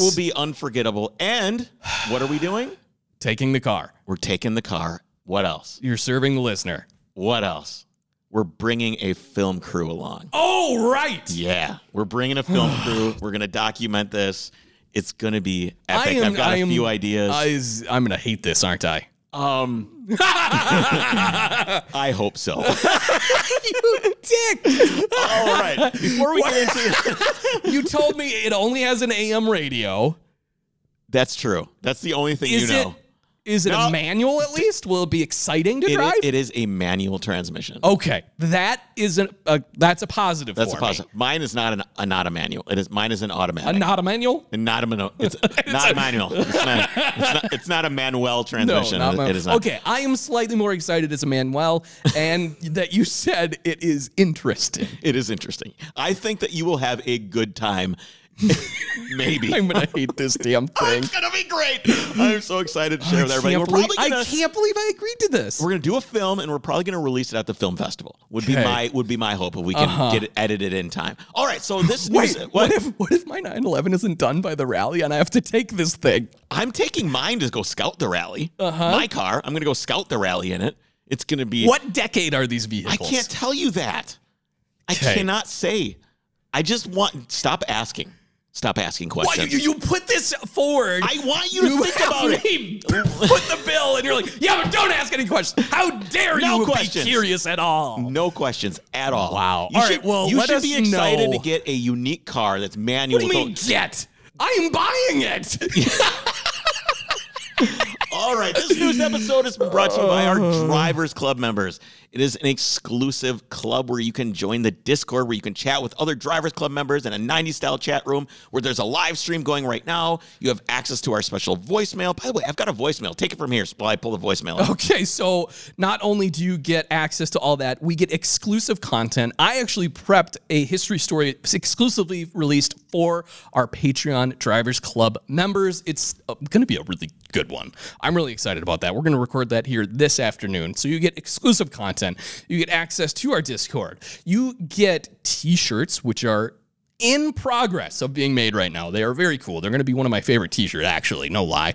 [SPEAKER 1] it will be unforgettable. And what are we doing?
[SPEAKER 2] taking the car.
[SPEAKER 1] We're taking the car. What else?
[SPEAKER 2] You're serving the listener.
[SPEAKER 1] What else? We're bringing a film crew along.
[SPEAKER 2] Oh, right.
[SPEAKER 1] Yeah, we're bringing a film crew. We're gonna document this. It's gonna be
[SPEAKER 2] I
[SPEAKER 1] epic.
[SPEAKER 2] am-
[SPEAKER 1] I've got
[SPEAKER 2] I
[SPEAKER 1] a
[SPEAKER 2] am-
[SPEAKER 1] few ideas.
[SPEAKER 2] I is, I'm going to hate this, aren't I?
[SPEAKER 1] um, I hope so.
[SPEAKER 2] you dick.
[SPEAKER 1] All right. Before we get into
[SPEAKER 2] you told me it only has an AM radio.
[SPEAKER 1] that's true. That's the only thing
[SPEAKER 2] Is
[SPEAKER 1] you
[SPEAKER 2] it?
[SPEAKER 1] know.
[SPEAKER 2] Is it
[SPEAKER 1] No.
[SPEAKER 2] a manual at least? Will it be exciting to
[SPEAKER 1] It i-
[SPEAKER 2] drive?
[SPEAKER 1] it is a manual transmission.
[SPEAKER 2] okay, that isn't a that's a positive.
[SPEAKER 1] that's a
[SPEAKER 2] for me.
[SPEAKER 1] positive. Mine is not an uh, not a manual. It is mine is an
[SPEAKER 2] A
[SPEAKER 1] automatic.
[SPEAKER 2] not a manual.
[SPEAKER 1] and not a manual. It's, not a manual. It's not, it's not. It's not a manual
[SPEAKER 2] No,
[SPEAKER 1] transmission.
[SPEAKER 2] not
[SPEAKER 1] It-
[SPEAKER 2] my,
[SPEAKER 1] it is not.
[SPEAKER 2] Okay, I am slightly more excited as a Manuel, and that you said it is interesting.
[SPEAKER 1] It is interesting. I think that you will have a good time. Maybe.
[SPEAKER 2] I'm gonna hate this damn thing.
[SPEAKER 1] It's gonna be great. I'm so excited to share with everybody.
[SPEAKER 2] Can't
[SPEAKER 1] We're
[SPEAKER 2] believe-
[SPEAKER 1] probably
[SPEAKER 2] I
[SPEAKER 1] gonna
[SPEAKER 2] can't believe I agreed to this.
[SPEAKER 1] we're gonna do a film and we're probably gonna release it at the film festival. Would be
[SPEAKER 2] Okay. Uh-huh.
[SPEAKER 1] my would be my hope if we can get it edited in time. All right, so this
[SPEAKER 2] Wait,
[SPEAKER 1] news,
[SPEAKER 2] what? if what if my 911 isn't done by the rally and I have to take this thing?
[SPEAKER 1] I'm taking mine to go scout the rally. Uh-huh. My car. I'm gonna go scout the rally in it. It's gonna be
[SPEAKER 2] What decade are these
[SPEAKER 1] I
[SPEAKER 2] vehicles?
[SPEAKER 1] can't tell you that. I
[SPEAKER 2] Okay.
[SPEAKER 1] cannot say. I just want stop asking. Stop asking
[SPEAKER 2] Why,
[SPEAKER 1] questions.
[SPEAKER 2] you, you put this forward.
[SPEAKER 1] I want you to think
[SPEAKER 2] have
[SPEAKER 1] about it.
[SPEAKER 2] me put the bill, and you're like, yeah, but don't ask any questions. How dare
[SPEAKER 1] No
[SPEAKER 2] you
[SPEAKER 1] questions.
[SPEAKER 2] be curious at all?
[SPEAKER 1] No questions at all.
[SPEAKER 2] Wow.
[SPEAKER 1] You
[SPEAKER 2] All
[SPEAKER 1] should,
[SPEAKER 2] right, well,
[SPEAKER 1] you
[SPEAKER 2] let
[SPEAKER 1] should
[SPEAKER 2] us
[SPEAKER 1] be excited
[SPEAKER 2] know.
[SPEAKER 1] to get a unique car that's manual.
[SPEAKER 2] What do you mean get? I'm buying it.
[SPEAKER 1] All right, this news episode has been brought to you by our Drivers Club members. It is an exclusive club where you can join the Discord, where you can chat with other Drivers Club members in a 90s style chat room where there's a live stream going right now. You have access to our special voicemail. By the way, I've got a voicemail. Take it from here. Supply, pull the voicemail. up.
[SPEAKER 2] Okay, so not only do you get access to all that, we get exclusive content. I actually prepped a history story exclusively released for our Patreon Drivers Club members. It's going to be a really good one. I'm really excited about that. We're going to record that here this afternoon. So you get exclusive content, you get access to our Discord, you get t shirts, which are in progress of being made right now. They are very cool. They're going to be one of my favorite t-shirts actually, no lie.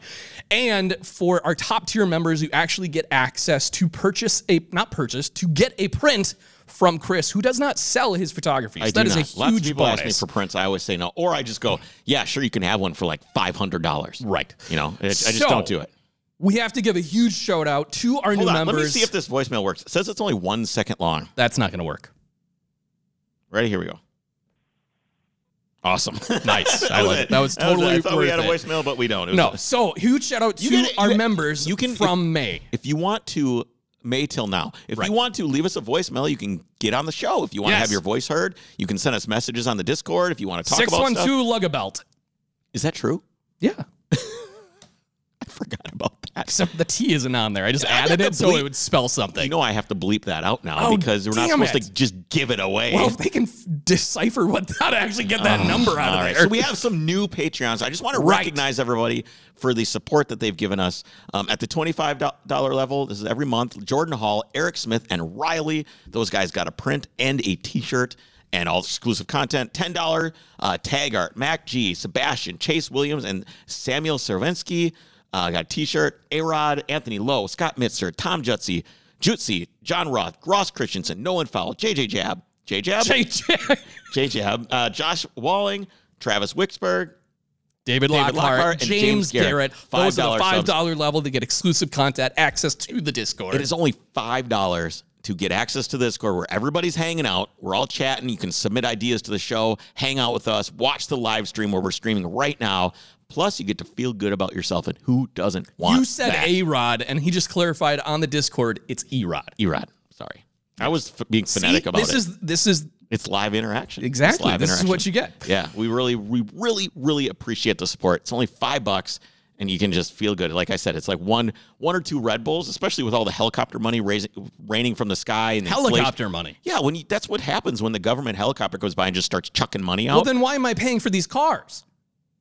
[SPEAKER 2] And for our top tier members, you actually get access to purchase a not purchase, to get a print from Chris who does not sell his photography. So
[SPEAKER 1] I
[SPEAKER 2] that
[SPEAKER 1] do
[SPEAKER 2] is
[SPEAKER 1] not.
[SPEAKER 2] a
[SPEAKER 1] Lots of
[SPEAKER 2] huge
[SPEAKER 1] people ask me
[SPEAKER 2] bonus.
[SPEAKER 1] for prints. I always say no, or I just go, "Yeah, sure, you can have one for like five hundred dollars."
[SPEAKER 2] Right.
[SPEAKER 1] You know, I I just
[SPEAKER 2] So-
[SPEAKER 1] don't do it.
[SPEAKER 2] we have to give a huge shout out to our
[SPEAKER 1] Hold
[SPEAKER 2] new
[SPEAKER 1] on,
[SPEAKER 2] members.
[SPEAKER 1] let me see if this voicemail works. It says it's only one second long.
[SPEAKER 2] That's not going to work.
[SPEAKER 1] Ready? Here we go. Awesome.
[SPEAKER 2] Nice. I like it. That was
[SPEAKER 1] it.
[SPEAKER 2] totally
[SPEAKER 1] I thought we had a
[SPEAKER 2] worth
[SPEAKER 1] voicemail, but we don't. It was-
[SPEAKER 2] No. So huge shout out to
[SPEAKER 1] You get it.
[SPEAKER 2] our
[SPEAKER 1] You-
[SPEAKER 2] members
[SPEAKER 1] you can-
[SPEAKER 2] from May.
[SPEAKER 1] If you want to, May till now. If
[SPEAKER 2] Right.
[SPEAKER 1] you want to leave us a voicemail, you can get on the show. If you want to
[SPEAKER 2] Yes.
[SPEAKER 1] have your voice heard, you can send us messages on the Discord. If you want to talk about stuff,
[SPEAKER 2] 612 Lugabelt.
[SPEAKER 1] is that true?
[SPEAKER 2] Yeah.
[SPEAKER 1] I forgot about that.
[SPEAKER 2] Except the T isn't on there. I just
[SPEAKER 1] Yeah, I
[SPEAKER 2] added
[SPEAKER 1] got
[SPEAKER 2] it
[SPEAKER 1] the
[SPEAKER 2] so
[SPEAKER 1] bleep.
[SPEAKER 2] it would spell something.
[SPEAKER 1] You know I have to bleep that out now
[SPEAKER 2] Oh,
[SPEAKER 1] because we're not
[SPEAKER 2] damn
[SPEAKER 1] supposed
[SPEAKER 2] it.
[SPEAKER 1] to just give it away.
[SPEAKER 2] Well, if they can f- decipher what how to actually get that number
[SPEAKER 1] Oh,
[SPEAKER 2] out
[SPEAKER 1] All
[SPEAKER 2] of
[SPEAKER 1] right,
[SPEAKER 2] there.
[SPEAKER 1] So we have some new Patreons. I just want to
[SPEAKER 2] Right.
[SPEAKER 1] recognize everybody for the support that they've given us. Um, at the $25 level, this is every month, Jordan Hall, Eric Smith, and Riley. Those guys got a print and a t-shirt and all exclusive content. $10 uh, Tag Art, Mac G, Sebastian, Chase Williams, and Samuel Cervensky. Uh, got a t-shirt, A-Rod, Anthony Lowe, Scott Mitzer, Tom Jutzy, Jutzy, John Roth, Ross Christensen, Nolan Fowle, JJ Jab, J Jab,
[SPEAKER 2] JJ.
[SPEAKER 1] J Jab, uh, Josh Walling, Travis Wicksburg.
[SPEAKER 2] David, Lockhart,
[SPEAKER 1] Lockhart and
[SPEAKER 2] James,
[SPEAKER 1] James
[SPEAKER 2] Garrett.
[SPEAKER 1] Garrett.
[SPEAKER 2] Those are the
[SPEAKER 1] $5
[SPEAKER 2] five
[SPEAKER 1] subs.
[SPEAKER 2] dollar level to get exclusive content, access to the Discord.
[SPEAKER 1] It is only five dollars to get access to this Discord where everybody's hanging out. We're all chatting. You can submit ideas to the show, hang out with us, watch the live stream where we're streaming right now. Plus, you get to feel good about yourself, and who doesn't want?
[SPEAKER 2] you said
[SPEAKER 1] that?
[SPEAKER 2] A Rod, and he just clarified on the Discord it's E Rod.
[SPEAKER 1] Erod. Sorry, I was f- being phonetic about
[SPEAKER 2] this
[SPEAKER 1] it.
[SPEAKER 2] is this is
[SPEAKER 1] it's live interaction. It's
[SPEAKER 2] exactly
[SPEAKER 1] live
[SPEAKER 2] this is
[SPEAKER 1] interaction.
[SPEAKER 2] what you get.
[SPEAKER 1] Yeah, we really, we really, really appreciate the support. It's only five bucks, and you can just feel good. Like I said, it's like one, one or two Red Bulls, especially with all the helicopter money raising, raining from the sky and the inflation.
[SPEAKER 2] Helicopter money.
[SPEAKER 1] Yeah, when you, that's what happens when the government helicopter goes by and just starts chucking money out.
[SPEAKER 2] Well, then why am I paying for these cars?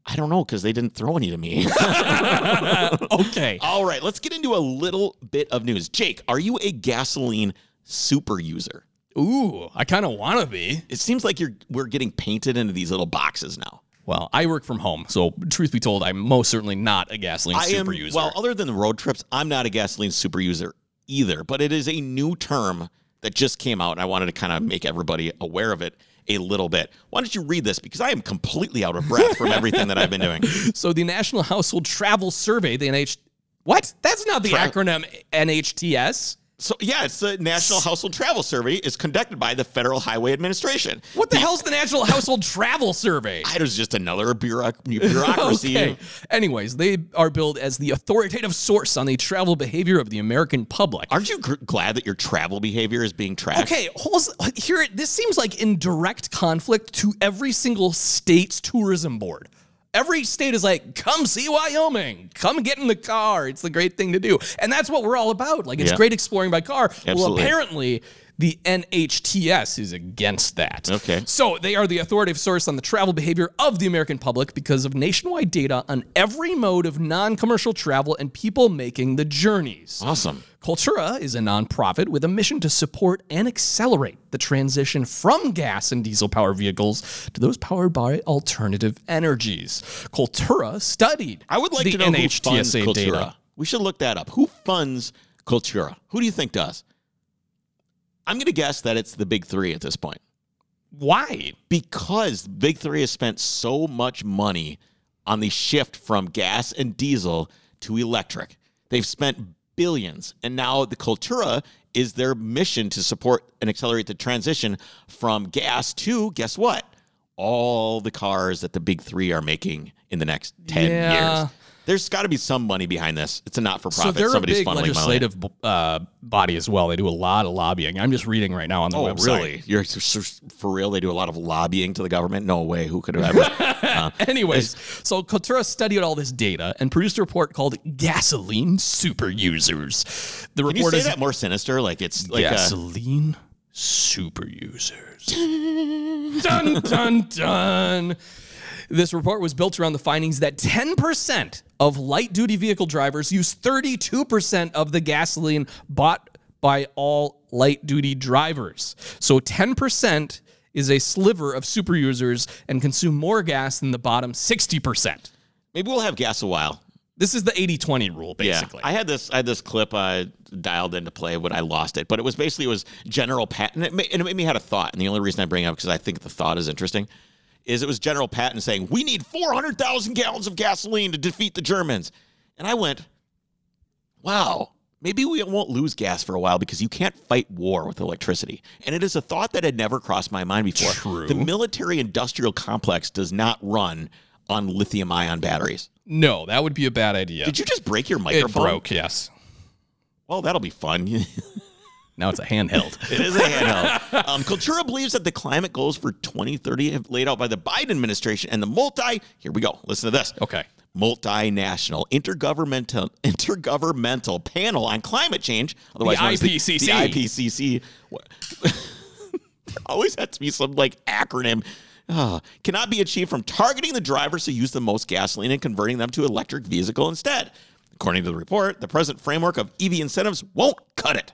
[SPEAKER 1] I don't know because they didn't throw any to me.
[SPEAKER 2] Okay.
[SPEAKER 1] All right, let's get into a little bit of news. Jake, are you a gasoline super user?
[SPEAKER 2] Ooh, I kind of want to be.
[SPEAKER 1] It seems like you're we're getting painted into these little boxes now.
[SPEAKER 2] Well, I work from home, so truth be told, I'm most certainly not a gasoline
[SPEAKER 1] I
[SPEAKER 2] super
[SPEAKER 1] am
[SPEAKER 2] user.
[SPEAKER 1] well, other than the road trips, I'm not a gasoline super user either, but it is a new term that just came out and I wanted to kind of make everybody aware of it a little bit. Why don't you read this because I am completely out of breath from everything that I've been doing.
[SPEAKER 2] so the National Household Travel Survey, the NH, what? That's not the
[SPEAKER 1] Tra-
[SPEAKER 2] acronym NHTS.
[SPEAKER 1] So yeah, it's the National Household Travel Survey is conducted by the Federal Highway Administration.
[SPEAKER 2] What the hell's the National Household Travel Survey?
[SPEAKER 1] It was just another bureauc- bureaucracy.
[SPEAKER 2] Okay. Anyways, they are billed as the authoritative source on the travel behavior of the American public.
[SPEAKER 1] Aren't you gr- glad that your travel behavior is being tracked?
[SPEAKER 2] Okay, holes, here it- this seems like in direct conflict to every single state's tourism board. Every state is like, come see Wyoming, come get in the car. It's the great thing to do, and that's what we're all about. Like it's
[SPEAKER 1] Yeah.
[SPEAKER 2] great exploring by car. Well,
[SPEAKER 1] Absolutely.
[SPEAKER 2] apparently. The NHTS is against that.
[SPEAKER 1] Okay.
[SPEAKER 2] So they are the authoritative source on the travel behavior of the American public because of nationwide data on every mode of non commercial travel and people making the journeys.
[SPEAKER 1] Awesome.
[SPEAKER 2] Cultura is a nonprofit with a mission to support and accelerate the transition from gas and diesel powered vehicles to those powered by alternative energies. Cultura studied
[SPEAKER 1] I would like
[SPEAKER 2] the
[SPEAKER 1] to know who funds
[SPEAKER 2] NHTSA
[SPEAKER 1] Cultura.
[SPEAKER 2] data.
[SPEAKER 1] We should look that up. Who funds Cultura? Who do you think does? I'm going to guess that it's the big three at this point
[SPEAKER 2] Why?
[SPEAKER 1] because big three has spent so much money on the shift from gas and diesel to electric. They've spent billions, and now the Cultura is their mission to support and accelerate the transition from gas to guess what? All the cars that the big three are making in the next 10
[SPEAKER 2] Yeah.
[SPEAKER 1] years. There's got to be some money behind this. It's a not for
[SPEAKER 2] So
[SPEAKER 1] profit.
[SPEAKER 2] they're a
[SPEAKER 1] Somebody's
[SPEAKER 2] big
[SPEAKER 1] funneling money.
[SPEAKER 2] legislative b- uh, body as well. They do a lot of lobbying. I'm just reading right now on their
[SPEAKER 1] Oh,
[SPEAKER 2] website.
[SPEAKER 1] really? You're for real? They do a lot of lobbying to the government? No way. Who could have ever?
[SPEAKER 2] Anyways, so Cultura studied all this data and produced a report called "Gasoline Super Users." The
[SPEAKER 1] Can you
[SPEAKER 2] report
[SPEAKER 1] say
[SPEAKER 2] is
[SPEAKER 1] that more sinister? Like it's like uh, a,
[SPEAKER 2] gasoline super users. dun dun dun. This report was built around the findings that 10% of light duty vehicle drivers use 32% of the gasoline bought by all light duty drivers. So 10% is a sliver of super users and consume more gas than the bottom 60%.
[SPEAKER 1] maybe we'll have gas a while.
[SPEAKER 2] This is the 80 20 rule,
[SPEAKER 1] Yeah,
[SPEAKER 2] basically.
[SPEAKER 1] I had this. I had this clip uh, dialed into play, but I lost it. But it was basically it was General Patton, and it, ma- and it made me had a thought. And the only reason I bring it up because I think the thought is interesting, is it was General Patton saying we need four hundred thousand gallons of gasoline to defeat the Germans, and I went, wow, maybe we won't lose gas for a while because you can't fight war with electricity. And it is a thought that had never crossed my mind before.
[SPEAKER 2] True.
[SPEAKER 1] The military industrial complex does not run on lithium ion batteries.
[SPEAKER 2] no, that would be a bad idea.
[SPEAKER 1] Did you just break your
[SPEAKER 2] it
[SPEAKER 1] microphone?
[SPEAKER 2] broke, yes.
[SPEAKER 1] Well, that'll be fun. it
[SPEAKER 2] Now it's a handheld.
[SPEAKER 1] is a handheld. Um, Cultura believes that the climate goals for 2030 have laid out by the Biden administration and the multi. Here we go. Listen to this.
[SPEAKER 2] Okay.
[SPEAKER 1] Multinational intergovernmental intergovernmental panel on climate change, otherwise
[SPEAKER 2] The
[SPEAKER 1] known as
[SPEAKER 2] IPCC.
[SPEAKER 1] The, IPCC. What- always has to be some like acronym. Ah, cannot be achieved from targeting the drivers who use the most gasoline and converting them to electric vehicle instead. According to the report, the present framework of EV incentives won't cut it.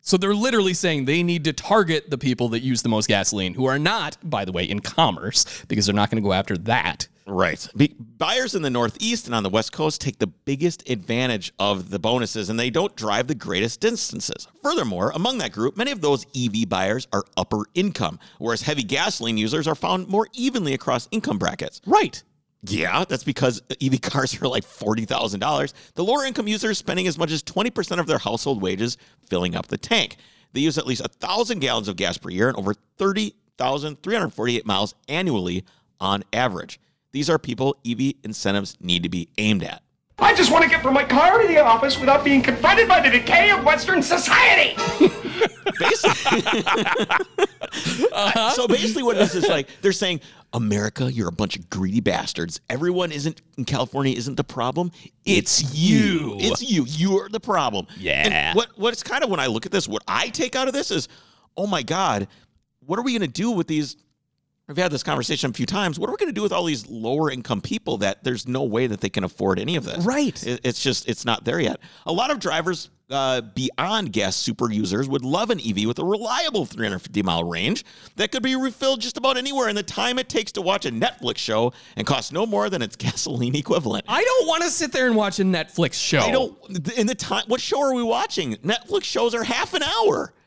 [SPEAKER 2] So they're literally saying they need to target the people that use the most gasoline, who are not, by the way, in commerce, because they're not going to go after that.
[SPEAKER 1] Right. Be- buyers in the Northeast and on the West Coast take the biggest advantage of the bonuses and they don't drive the greatest distances. Furthermore, among that group, many of those EV buyers are upper income, whereas heavy gasoline users are found more evenly across income brackets.
[SPEAKER 2] Right.
[SPEAKER 1] Yeah, that's because EV cars are like $40,000. The lower income users spending as much as 20% of their household wages filling up the tank. They use at least 1,000 gallons of gas per year and over 30,348 miles annually on average. These are people EV incentives need to be aimed at.
[SPEAKER 3] I just want to get from my car to the office without being confronted by the decay of Western society.
[SPEAKER 1] Basically, so basically, what this is like, they're saying, America, you're a bunch of greedy bastards. Everyone isn't in California isn't the problem. It's,
[SPEAKER 2] It's you.
[SPEAKER 1] you. It's you. You're the problem.
[SPEAKER 2] Yeah.
[SPEAKER 1] And what what's kind of when I look at this, what I take out of this is, oh my god, what are we gonna do with these? We've had this conversation a few times. What are we going to do with all these lower income people that there's no way that they can afford any of this?
[SPEAKER 2] Right.
[SPEAKER 1] It- it's just, it's not there yet. A lot of drivers uh, beyond gas super users would love an EV with a reliable 350 mile range that could be refilled just about anywhere in the time it takes to watch a Netflix show and cost no more than its gasoline equivalent.
[SPEAKER 2] I don't want to sit there and watch a Netflix show.
[SPEAKER 1] I don't. In the time, what show are we watching? Netflix shows are half an hour.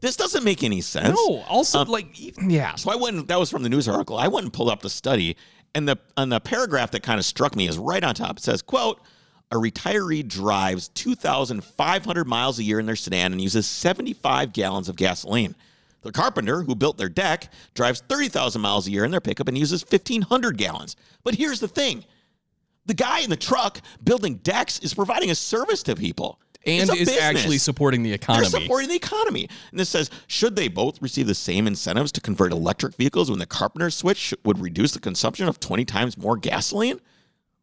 [SPEAKER 1] this doesn't make any sense.
[SPEAKER 2] No. Also, like, uh, yeah.
[SPEAKER 1] So I went. and- That was from the news article. I went and pulled up the study, and the and the paragraph that kind of struck me is right on top. It says, "quote." A retiree drives 2,500 miles a year in their sedan and uses 75 gallons of gasoline. The carpenter who built their deck drives 30,000 miles a year in their pickup and uses 1,500 gallons. But here's the thing the guy in the truck building decks is providing a service to people
[SPEAKER 2] And
[SPEAKER 1] It's a
[SPEAKER 2] is actually
[SPEAKER 1] business.
[SPEAKER 2] supporting the economy.
[SPEAKER 1] They're supporting the economy. And this says, should they both receive the same incentives to convert electric vehicles when the carpenter switch would reduce the consumption of 20 times more gasoline?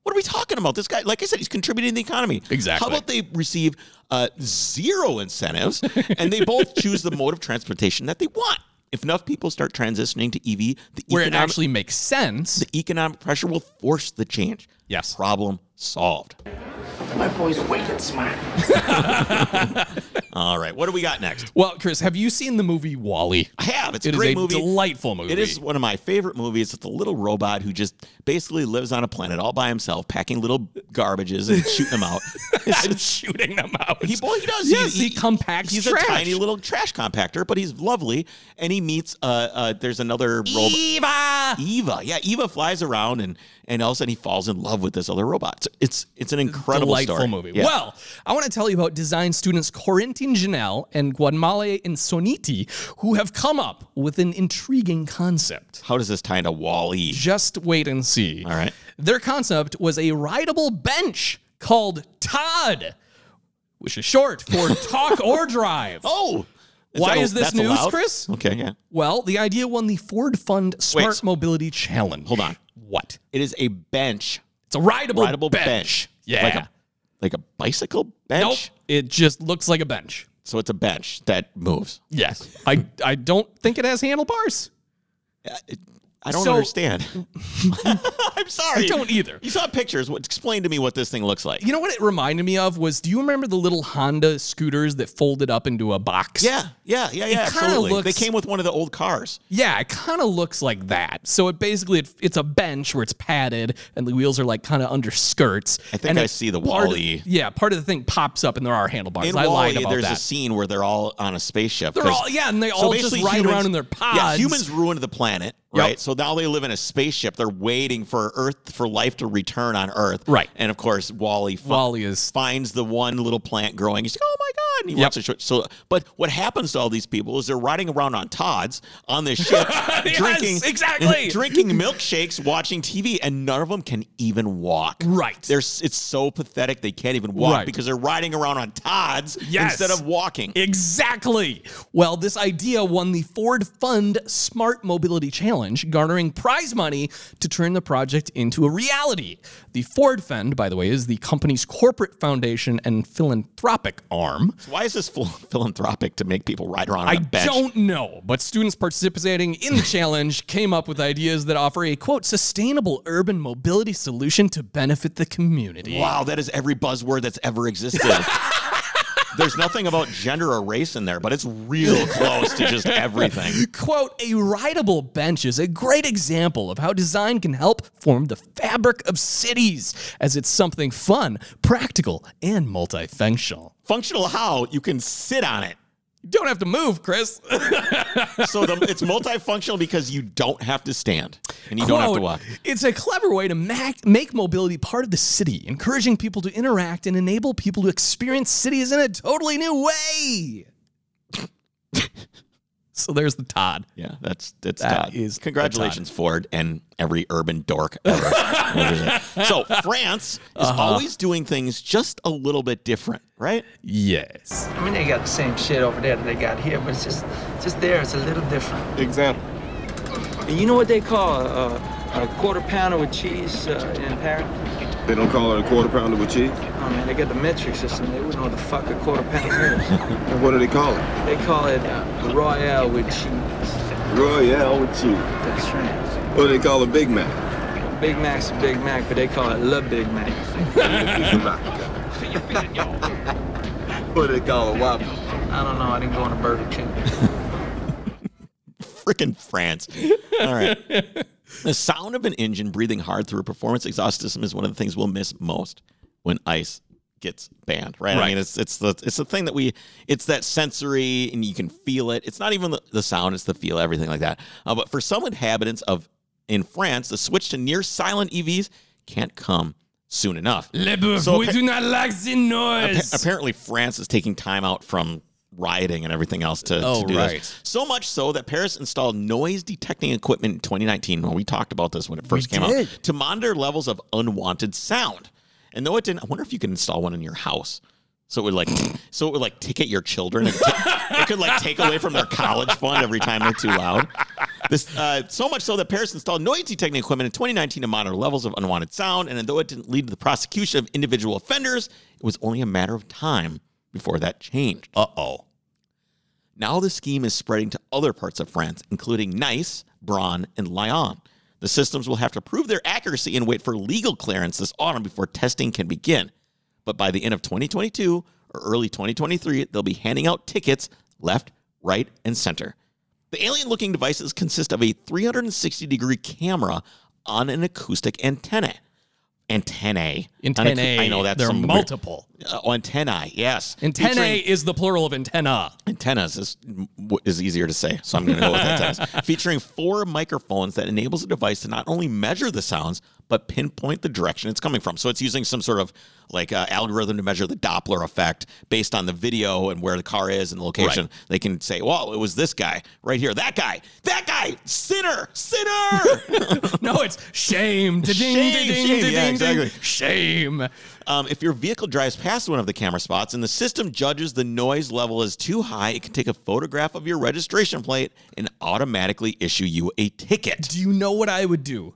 [SPEAKER 1] What are we talking about? This guy, like I said, he's contributing to the economy.
[SPEAKER 2] Exactly.
[SPEAKER 1] How about they receive uh, zero incentives and they both choose the mode of transportation that they want? If enough people start transitioning to EV, the
[SPEAKER 2] where it
[SPEAKER 1] economic,
[SPEAKER 2] actually makes sense.
[SPEAKER 1] the economic pressure will force the change.
[SPEAKER 2] Yes.
[SPEAKER 1] Problem solved.
[SPEAKER 5] I've always waited smart.
[SPEAKER 1] All right. What do we got next?
[SPEAKER 2] Well, Chris, have you seen the movie Wally?
[SPEAKER 1] I have. It's
[SPEAKER 2] It
[SPEAKER 1] a
[SPEAKER 2] is
[SPEAKER 1] great
[SPEAKER 2] a
[SPEAKER 1] movie.
[SPEAKER 2] delightful movie.
[SPEAKER 1] It is one of my favorite movies. It's a little robot who just basically lives on a planet all by himself, packing little garbages and shooting them out. It's-
[SPEAKER 2] I'm shooting them out.
[SPEAKER 1] he, boy, he does.
[SPEAKER 2] Yes, he compacts
[SPEAKER 1] He's
[SPEAKER 2] trash.
[SPEAKER 1] a tiny little trash compactor, but he's lovely. And he meets. Uh, uh, there's another
[SPEAKER 2] E-,
[SPEAKER 1] robot.
[SPEAKER 2] Eva.
[SPEAKER 1] Eva, yeah, Eva flies around and and all of a sudden he falls in love with this other robot. It's it's, it's an incredible
[SPEAKER 2] delightful
[SPEAKER 1] story.
[SPEAKER 2] movie.
[SPEAKER 1] Yeah.
[SPEAKER 2] Well, I want to tell you about design students Corentin Janel and Guadmale Insoniti, who have come up with an intriguing concept.
[SPEAKER 1] how does this tie into Wall-E?
[SPEAKER 2] Just wait and see.
[SPEAKER 1] All right.
[SPEAKER 2] Their concept was a rideable bench called Todd, which is short for talk or drive.
[SPEAKER 1] Oh,
[SPEAKER 2] Why
[SPEAKER 1] that a-
[SPEAKER 2] is this
[SPEAKER 1] that's
[SPEAKER 2] news,
[SPEAKER 1] allowed?
[SPEAKER 2] Chris?
[SPEAKER 1] Okay, yeah.
[SPEAKER 2] Well, the idea won the Ford Fund Smart
[SPEAKER 1] Wait.
[SPEAKER 2] Mobility Challenge.
[SPEAKER 1] Hold on.
[SPEAKER 2] What?
[SPEAKER 1] It is a bench
[SPEAKER 2] It's a rideable,
[SPEAKER 1] rideable bench.
[SPEAKER 2] Yeah.
[SPEAKER 1] Like a, like a bicycle bench?
[SPEAKER 2] nope. It just looks like a bench.
[SPEAKER 1] So it's a bench that moves.
[SPEAKER 2] Yes. I, I don't think it has handlebars.
[SPEAKER 1] I don't
[SPEAKER 2] So-
[SPEAKER 1] understand. I'm sorry.
[SPEAKER 2] I don't either.
[SPEAKER 1] You saw pictures. What, explain to me what this thing looks like.
[SPEAKER 2] You know what it reminded me of was do you remember the little Honda scooters that folded up into a box?
[SPEAKER 1] yeah, yeah, yeah, yeah.
[SPEAKER 2] kinda
[SPEAKER 1] Absolutely. They
[SPEAKER 2] looks-
[SPEAKER 1] came with one of the old cars.
[SPEAKER 2] Yeah, it kind of looks like that. So it basically it, it's a bench where it's padded and the wheels are like kind of under skirts.
[SPEAKER 1] I think
[SPEAKER 2] and
[SPEAKER 1] I
[SPEAKER 2] it-
[SPEAKER 1] see the
[SPEAKER 2] part of-
[SPEAKER 1] Wall-E.
[SPEAKER 2] Yeah, part of the thing pops up and there are handlebars.
[SPEAKER 1] In
[SPEAKER 2] I lied
[SPEAKER 1] Wall-E,
[SPEAKER 2] about
[SPEAKER 1] there's
[SPEAKER 2] that.
[SPEAKER 1] a scene where they're all on a spaceship.
[SPEAKER 2] They're
[SPEAKER 1] 'cause-
[SPEAKER 2] all- yeah, and they
[SPEAKER 1] so
[SPEAKER 2] all just
[SPEAKER 1] basically
[SPEAKER 2] ride
[SPEAKER 1] humans-
[SPEAKER 2] around in their
[SPEAKER 1] Yeah,
[SPEAKER 2] pods.
[SPEAKER 1] humans ruined the planet,
[SPEAKER 2] Yep.
[SPEAKER 1] right? So now they live in a spaceship. They're waiting for Earth for life to return on Earth,
[SPEAKER 2] Right.
[SPEAKER 1] And of course, Wally fi-
[SPEAKER 2] Wally is
[SPEAKER 1] finds the one little plant growing. He's like, oh my god! And he
[SPEAKER 2] Yep.
[SPEAKER 1] wants to show. So, but what happens to all these people is they're riding around on Tods on this ship,
[SPEAKER 2] Yes,
[SPEAKER 1] drinking
[SPEAKER 2] exactly.
[SPEAKER 1] drinking milkshakes, watching TV, and none of them can even walk.
[SPEAKER 2] Right.
[SPEAKER 1] They're, s- it's so pathetic they can't even walk
[SPEAKER 2] Right.
[SPEAKER 1] because they're riding around on Tods
[SPEAKER 2] Yes.
[SPEAKER 1] instead of walking.
[SPEAKER 2] Exactly. Well, this idea won the Ford Fund Smart Mobility Challenge, garnering prize money to turn the project into a reality. The Ford Fund, by the way, is the company's corporate foundation and philanthropic arm.
[SPEAKER 1] Why is this phil- philanthropic to make people ride around on
[SPEAKER 2] I
[SPEAKER 1] a bench?
[SPEAKER 2] don't know, but students participating in the challenge came up with ideas that offer a quote sustainable urban mobility solution to benefit the community.
[SPEAKER 1] Wow, that is every buzzword that's ever existed. There's nothing about gender or race in there, but it's real close to just everything.
[SPEAKER 2] Quote, a rideable bench is a great example of how design can help form the fabric of cities, as it's something fun, practical, and multifunctional.
[SPEAKER 1] Functional how you can sit on it.
[SPEAKER 2] You don't have to move, Chris.
[SPEAKER 1] So the, it's multifunctional because you don't have to stand and you don't have to
[SPEAKER 2] Quote,
[SPEAKER 1] walk.
[SPEAKER 2] It's a clever way to mac- make mobility part of the city, encouraging people to interact and enable people to experience cities in a totally new way. so there's the Todd.
[SPEAKER 1] Yeah, that's that's
[SPEAKER 2] That
[SPEAKER 1] Todd.
[SPEAKER 2] is
[SPEAKER 1] congratulations Ford and every urban dork ever. so France is
[SPEAKER 2] Uh-huh.
[SPEAKER 1] always doing things just a little bit different, right?
[SPEAKER 2] Yes.
[SPEAKER 6] I mean, they got the same shit over there that they got here, but it's just, just there. It's a little different.
[SPEAKER 7] Example.
[SPEAKER 6] And you know what they call a, a, a quarter pounder with cheese uh, in Paris?
[SPEAKER 7] They don't call it a quarter pounder with cheese?
[SPEAKER 6] Oh man, they got the metric system. They wouldn't know what the fuck a quarter pounder is.
[SPEAKER 7] And what do they call it?
[SPEAKER 6] they call it uh, Royale with cheese.
[SPEAKER 7] Royale with cheese.
[SPEAKER 6] That's right.
[SPEAKER 7] What do they call a Big Mac?
[SPEAKER 6] Big Mac's a Big Mac, but they call it Le Big Mac.
[SPEAKER 7] Big Mac. what do they call a Whopper?
[SPEAKER 6] I don't know. I didn't go on a Burger King.
[SPEAKER 1] Freaking France. All right. the sound of an engine breathing hard through a performance exhaust system is one of the things we'll miss most when ice gets banned, right? I
[SPEAKER 2] Right.
[SPEAKER 1] mean, it's it's the it's the thing that we it's that sensory and you can feel it. It's not even the, the sound, it's the feel, everything like that. Uh, but for some inhabitants of in France, the switch to near silent EVs can't come soon enough. So we appa- do
[SPEAKER 2] not like the
[SPEAKER 1] Appa-
[SPEAKER 2] noise.
[SPEAKER 1] apparently France is taking time out from rioting and everything else to, to
[SPEAKER 2] Oh,
[SPEAKER 1] do
[SPEAKER 2] right.
[SPEAKER 1] this. So much so that Paris installed noise detecting equipment in 2019 when we talked about this when it first came out to monitor levels of unwanted sound. And though it didn't, I wonder if you can install one in your house. So it would like, so it would like ticket your children. And ta- it could like take away from their college fund every time they're too loud. This uh, so much so that Paris installed noise detecting equipment in 2019 to monitor levels of unwanted sound. And though it didn't lead to the prosecution of individual offenders, it was only a matter of time before that changed.
[SPEAKER 2] Uh oh.
[SPEAKER 1] Now the scheme is spreading to other parts of France, including Nice, Braun, and Lyon. The systems will have to prove their accuracy and wait for legal clearance this autumn before testing can begin. But by the end of 2022 or early 2023, they'll be handing out tickets left, right, and center. The alien looking devices consist of a 360 degree camera on an acoustic antenna. Antennae.
[SPEAKER 2] Antennae.
[SPEAKER 1] I know that's
[SPEAKER 2] There are
[SPEAKER 1] some weird-
[SPEAKER 2] multiple.
[SPEAKER 1] Uh, antennae, yes.
[SPEAKER 2] Antennae
[SPEAKER 1] Featuring-
[SPEAKER 2] is the plural of antenna.
[SPEAKER 1] antennas is is easier to say, so I'm going to go with antennas. Featuring four microphones that enables the device to not only measure the sounds but pinpoint the direction it's coming from. So it's using some sort of like uh, algorithm to measure the Doppler effect based on the video and where the car is and the location. They can say, "Well, it was this guy right here, that guy, that guy, sinner, sinner."
[SPEAKER 2] No, it's shame. Ding,
[SPEAKER 1] Shame,
[SPEAKER 2] ding, ding,
[SPEAKER 1] shame.
[SPEAKER 2] ding,
[SPEAKER 1] Yeah,
[SPEAKER 2] ding.
[SPEAKER 1] exactly.
[SPEAKER 2] Shame.
[SPEAKER 1] Um, if your vehicle drives past one of the camera spots and the system judges the noise level is too high, it can take a photograph of your registration plate and automatically issue you a ticket.
[SPEAKER 2] Do you know what I would do?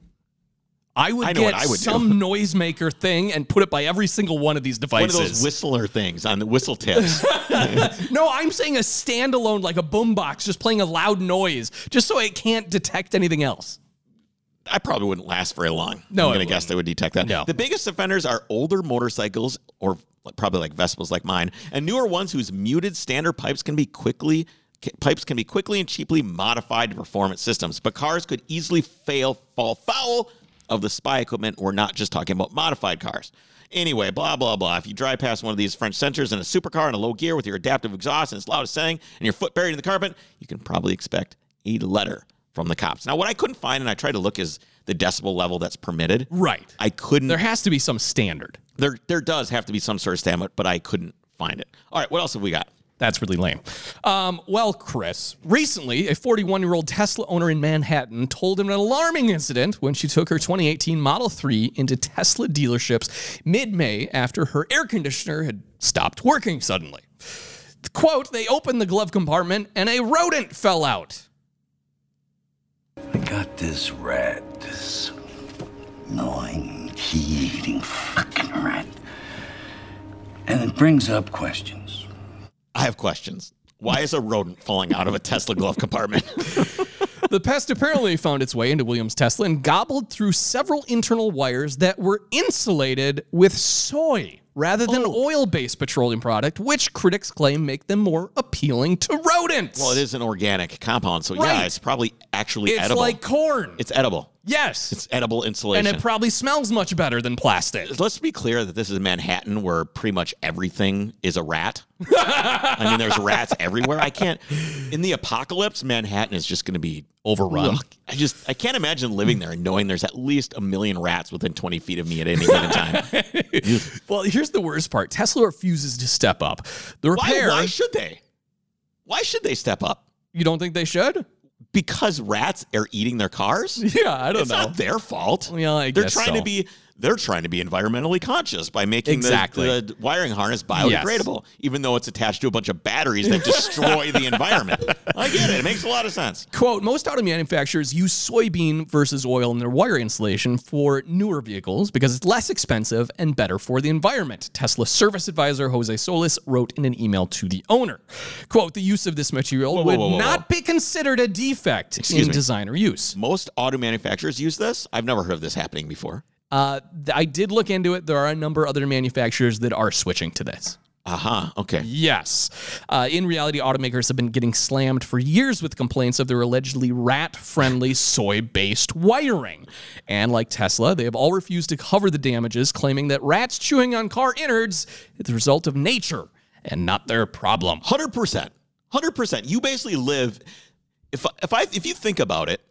[SPEAKER 2] I would
[SPEAKER 1] I know
[SPEAKER 2] get
[SPEAKER 1] what I would do.
[SPEAKER 2] some noisemaker thing and put it by every single one of these
[SPEAKER 1] One
[SPEAKER 2] devices.
[SPEAKER 1] of those whistler things on the whistle tips.
[SPEAKER 2] No, I'm saying a standalone, like a boombox, just playing a loud noise, just so it can't detect anything else.
[SPEAKER 1] I probably wouldn't last very long.
[SPEAKER 2] No,
[SPEAKER 1] I'm
[SPEAKER 2] it
[SPEAKER 1] gonna guess they would detect that.
[SPEAKER 2] No.
[SPEAKER 1] The biggest offenders are older motorcycles, or probably like Vespas like mine, and newer ones whose muted standard pipes can be quickly ca- pipes can be quickly and cheaply modified to performance systems. But cars could easily fail, fall foul of the spy equipment. We're not just talking about modified cars. Anyway, blah blah blah. If you drive past one of these French centers in a supercar in a low gear with your adaptive exhaust and its loudest setting, and your foot buried in the carpet, you can probably expect a letter from the cops. Now, what I couldn't find, and I tried to look, is the decibel level that's permitted.
[SPEAKER 2] Right.
[SPEAKER 1] I couldn't.
[SPEAKER 2] There has to be some standard.
[SPEAKER 1] there, there does have to be some sort of standard, but I couldn't find it. All right, what else have we got?
[SPEAKER 2] That's really lame. Um, well, Chris, recently a 41 year old Tesla owner in Manhattan told him an alarming incident when she took her 2018 Model 3 into Tesla dealerships mid May after her air conditioner had stopped working suddenly. Quote, they opened the glove compartment and a rodent fell out.
[SPEAKER 8] I got this rat, this gnawing, key-eating fucking rat. And it brings up questions.
[SPEAKER 1] I have questions. Why is a rodent falling out of a Tesla glove compartment?
[SPEAKER 2] The pest apparently found its way into Williams Tesla and gobbled through several internal wires that were insulated with soy rather than
[SPEAKER 1] Oh.
[SPEAKER 2] oil based petroleum product, which critics claim make them more appealing to rodents.
[SPEAKER 1] well, it is an organic compound, so yeah,
[SPEAKER 2] Right.
[SPEAKER 1] it's probably actually
[SPEAKER 2] It's
[SPEAKER 1] edible.
[SPEAKER 2] like corn.
[SPEAKER 1] it's edible.
[SPEAKER 2] yes.
[SPEAKER 1] It's edible insulation.
[SPEAKER 2] and it probably smells much better than plastic.
[SPEAKER 1] Let's be clear that this is Manhattan, where pretty much everything is a rat. I mean, there's rats everywhere. I can't. In the apocalypse, Manhattan is just going to be overrun. I just I can't imagine living there and knowing there's at least a million rats within 20 feet of me at any given time.
[SPEAKER 2] Well, here's the worst part Tesla refuses to step up. The
[SPEAKER 1] why,
[SPEAKER 2] repair.
[SPEAKER 1] why should they? Why should they step up?
[SPEAKER 2] you don't think they should?
[SPEAKER 1] Because rats are eating their cars.
[SPEAKER 2] Yeah, I don't
[SPEAKER 1] it's
[SPEAKER 2] know.
[SPEAKER 1] not their fault.
[SPEAKER 2] Well, I
[SPEAKER 1] They're
[SPEAKER 2] guess
[SPEAKER 1] trying
[SPEAKER 2] so.
[SPEAKER 1] to be. they're trying to be environmentally conscious by making the-
[SPEAKER 2] Exactly.
[SPEAKER 1] the, wiring harness biodegradable, even though it's attached to a bunch of batteries that destroy the environment. I get it. It makes a lot of sense.
[SPEAKER 2] Quote, most auto manufacturers use soybean versus oil in their wire insulation for newer vehicles because it's less expensive and better for the environment. Tesla service advisor Jose Solis wrote in an email to the owner. Quote, the use of this material
[SPEAKER 1] whoa,
[SPEAKER 2] would
[SPEAKER 1] whoa, whoa.
[SPEAKER 2] not be considered a defect in
[SPEAKER 1] me.
[SPEAKER 2] designer use.
[SPEAKER 1] Most auto manufacturers use this. I've never heard of this happening before.
[SPEAKER 2] Uh, th- I did look into it. There are a number of other manufacturers that are switching to this.
[SPEAKER 1] Aha. Okay.
[SPEAKER 2] Yes. Uh, in reality, automakers have been getting slammed for years with complaints of their allegedly rat friendly soy based wiring. And like Tesla, they have all refused to cover the damages, claiming that rats chewing on car innards is the result of nature and not their problem.
[SPEAKER 1] Hundred percent. Hundred percent. You basically live. If if I if you think about it,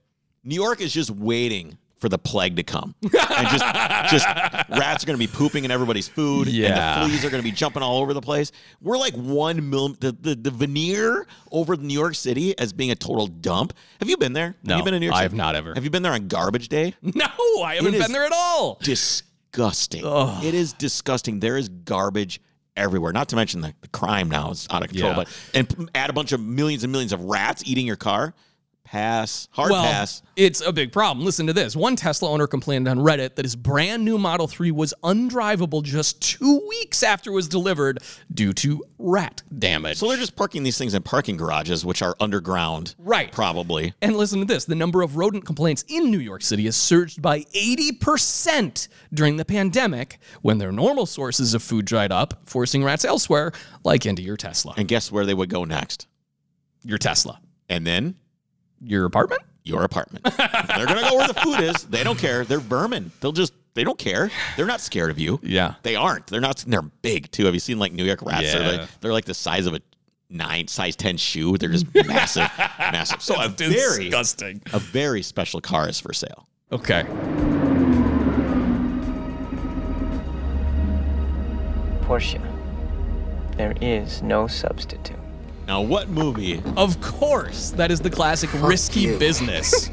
[SPEAKER 1] New York is just waiting for the plague to come, and just just rats are going to be pooping in everybody's food,
[SPEAKER 2] Yeah.
[SPEAKER 1] and the fleas are going to be jumping all over the place. We're like one mil. The, the the veneer over New York City as being a total dump. Have you been there?
[SPEAKER 2] No,
[SPEAKER 1] have you been in New York
[SPEAKER 2] I
[SPEAKER 1] City?
[SPEAKER 2] have not ever.
[SPEAKER 1] Have you been there on garbage day?
[SPEAKER 2] No, I haven't
[SPEAKER 1] It is-
[SPEAKER 2] been there at all.
[SPEAKER 1] disgusting. It is disgusting. There is garbage everywhere. Not to mention the, the crime now is out of control.
[SPEAKER 2] Yeah.
[SPEAKER 1] But and p- add a bunch of millions and millions of rats eating your car. Pass. Hard pass.
[SPEAKER 2] It's a big problem. Listen to this. One Tesla owner complained on Reddit that his brand new Model 3 was undrivable just two weeks after it was delivered due to rat damage.
[SPEAKER 1] So they're just parking these things in parking garages, which are underground.
[SPEAKER 2] Right.
[SPEAKER 1] Probably.
[SPEAKER 2] And listen to this the number of rodent complaints in New York City has surged by 80% during the pandemic when their normal sources of food dried up, forcing rats elsewhere, like into your Tesla.
[SPEAKER 1] And guess where they would go next?
[SPEAKER 2] Your Tesla.
[SPEAKER 1] And then
[SPEAKER 2] Your apartment?
[SPEAKER 1] your apartment. they're gonna go where the food is. They don't care. They're vermin. They'll just they don't care. They're not scared of you.
[SPEAKER 2] Yeah.
[SPEAKER 1] They aren't. They're not. They're big too. Have you seen like New York rats? They're,
[SPEAKER 2] Yeah.
[SPEAKER 1] like, they're like the size of a nine, size ten shoe. They're just massive, massive. So a very,
[SPEAKER 2] disgusting.
[SPEAKER 1] a very special car is for sale.
[SPEAKER 2] Okay.
[SPEAKER 9] Portia, there is no substitute.
[SPEAKER 1] Now, what movie?
[SPEAKER 2] Of course, that is the classic risky business.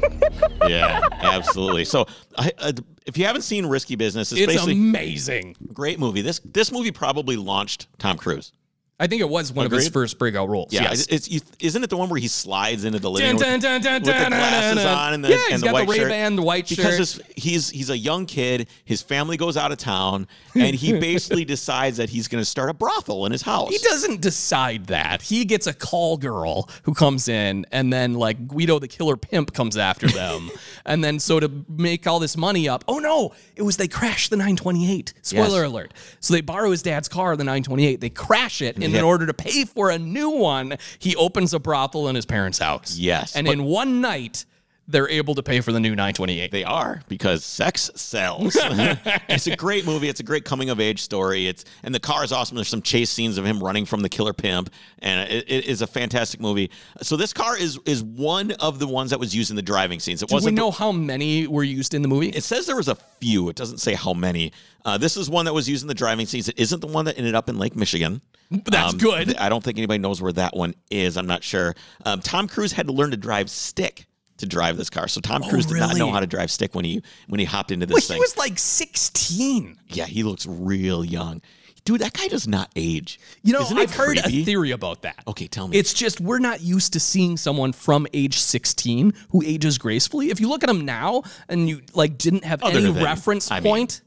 [SPEAKER 1] Yeah, absolutely. So, I, uh, if you haven't seen Risky Business, it's,
[SPEAKER 2] it's
[SPEAKER 1] basically
[SPEAKER 2] amazing.
[SPEAKER 1] a great movie. This this movie probably launched Tom Cruise.
[SPEAKER 2] I think it was one of his
[SPEAKER 1] Agreed?
[SPEAKER 2] first breakout roles.
[SPEAKER 1] Yeah,
[SPEAKER 2] yes.
[SPEAKER 1] it's, it's, you, isn't it the one where he slides into the living
[SPEAKER 2] Dun,
[SPEAKER 1] room
[SPEAKER 2] dun, dun, dun,
[SPEAKER 1] with the
[SPEAKER 2] dun, dun,
[SPEAKER 1] glasses
[SPEAKER 2] dun.
[SPEAKER 1] on and the,
[SPEAKER 2] Yeah,
[SPEAKER 1] and
[SPEAKER 2] he's
[SPEAKER 1] the
[SPEAKER 2] got the
[SPEAKER 1] white shirt?
[SPEAKER 2] Ray-Ban, the white
[SPEAKER 1] because
[SPEAKER 2] shirt.
[SPEAKER 1] his- he's he's a young kid. His family goes out of town, and he basically decides that he's going to start a brothel in his house.
[SPEAKER 2] He doesn't decide that. He gets a call girl who comes in, and then like Guido the killer pimp comes after them. and then so to make all this money up, oh no, it was they crashed the 928. Spoiler
[SPEAKER 1] Yes.
[SPEAKER 2] alert. So they borrow his dad's car, the 928. They crash it, and in
[SPEAKER 1] Yeah.
[SPEAKER 2] order to pay for a new one, he opens a brothel in his parents' house.
[SPEAKER 1] Yes,
[SPEAKER 2] and
[SPEAKER 1] but-
[SPEAKER 2] in one night, they're able to pay for the new 928.
[SPEAKER 1] They are because sex sells. it's a great movie. It's a great coming of age story. It's and the car is awesome. There's some chase scenes of him running from the killer pimp, and it, it is a fantastic movie. So this car is is one of the ones that was used in the driving scenes. It
[SPEAKER 2] Do we
[SPEAKER 1] wasn't the-
[SPEAKER 2] know how many were used in the movie?
[SPEAKER 1] It says there was a few. It doesn't say how many. Uh, this is one that was used in the driving scenes. It isn't the one that ended up in Lake Michigan.
[SPEAKER 2] That's good.
[SPEAKER 1] um, th- uh, I don't think anybody knows where that one is. I'm not sure. Um, Tom Cruise had to learn to drive stick to drive this car. So Tom Cruise did not know
[SPEAKER 2] Oh, really?
[SPEAKER 1] how to drive stick when he when he hopped into this
[SPEAKER 2] Well,
[SPEAKER 1] thing.
[SPEAKER 2] he was like 16.
[SPEAKER 1] yeah, he looks real young. Dude, that guy does not age.
[SPEAKER 2] You know,
[SPEAKER 1] Isn't it
[SPEAKER 2] I've heard a
[SPEAKER 1] creepy?
[SPEAKER 2] theory about that.
[SPEAKER 1] Okay, tell me.
[SPEAKER 2] It's just we're not used to seeing someone from age 16 who ages gracefully. If you look at him now and you like didn't have
[SPEAKER 1] Other
[SPEAKER 2] any
[SPEAKER 1] than-
[SPEAKER 2] reference
[SPEAKER 1] I mean,
[SPEAKER 2] point,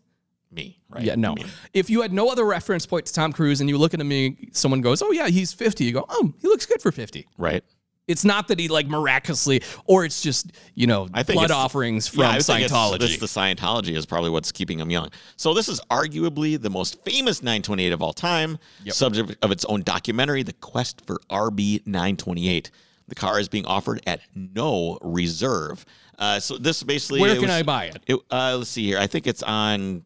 [SPEAKER 1] me, right?
[SPEAKER 2] yeah, no.
[SPEAKER 1] I mean,
[SPEAKER 2] if you had no other reference point to Tom Cruise and you look at him and someone goes, "Oh yeah, he's 50." You go, "Oh, he looks good for 50."
[SPEAKER 1] right.
[SPEAKER 2] It's not that he like miraculously or it's just, you know,
[SPEAKER 1] I think
[SPEAKER 2] blood
[SPEAKER 1] it's-
[SPEAKER 2] offerings from
[SPEAKER 1] Yeah, I would think it's-
[SPEAKER 2] Scientology.
[SPEAKER 1] It's, the Scientology is probably what's keeping him young. So this is arguably the most famous 928 of all time, subject of its own documentary, The Quest for RB 928. The car is being offered at no reserve. Uh, so this basically
[SPEAKER 2] Where
[SPEAKER 1] it
[SPEAKER 2] can
[SPEAKER 1] was-
[SPEAKER 2] I buy it?
[SPEAKER 1] uh, let's see here. I think it's on.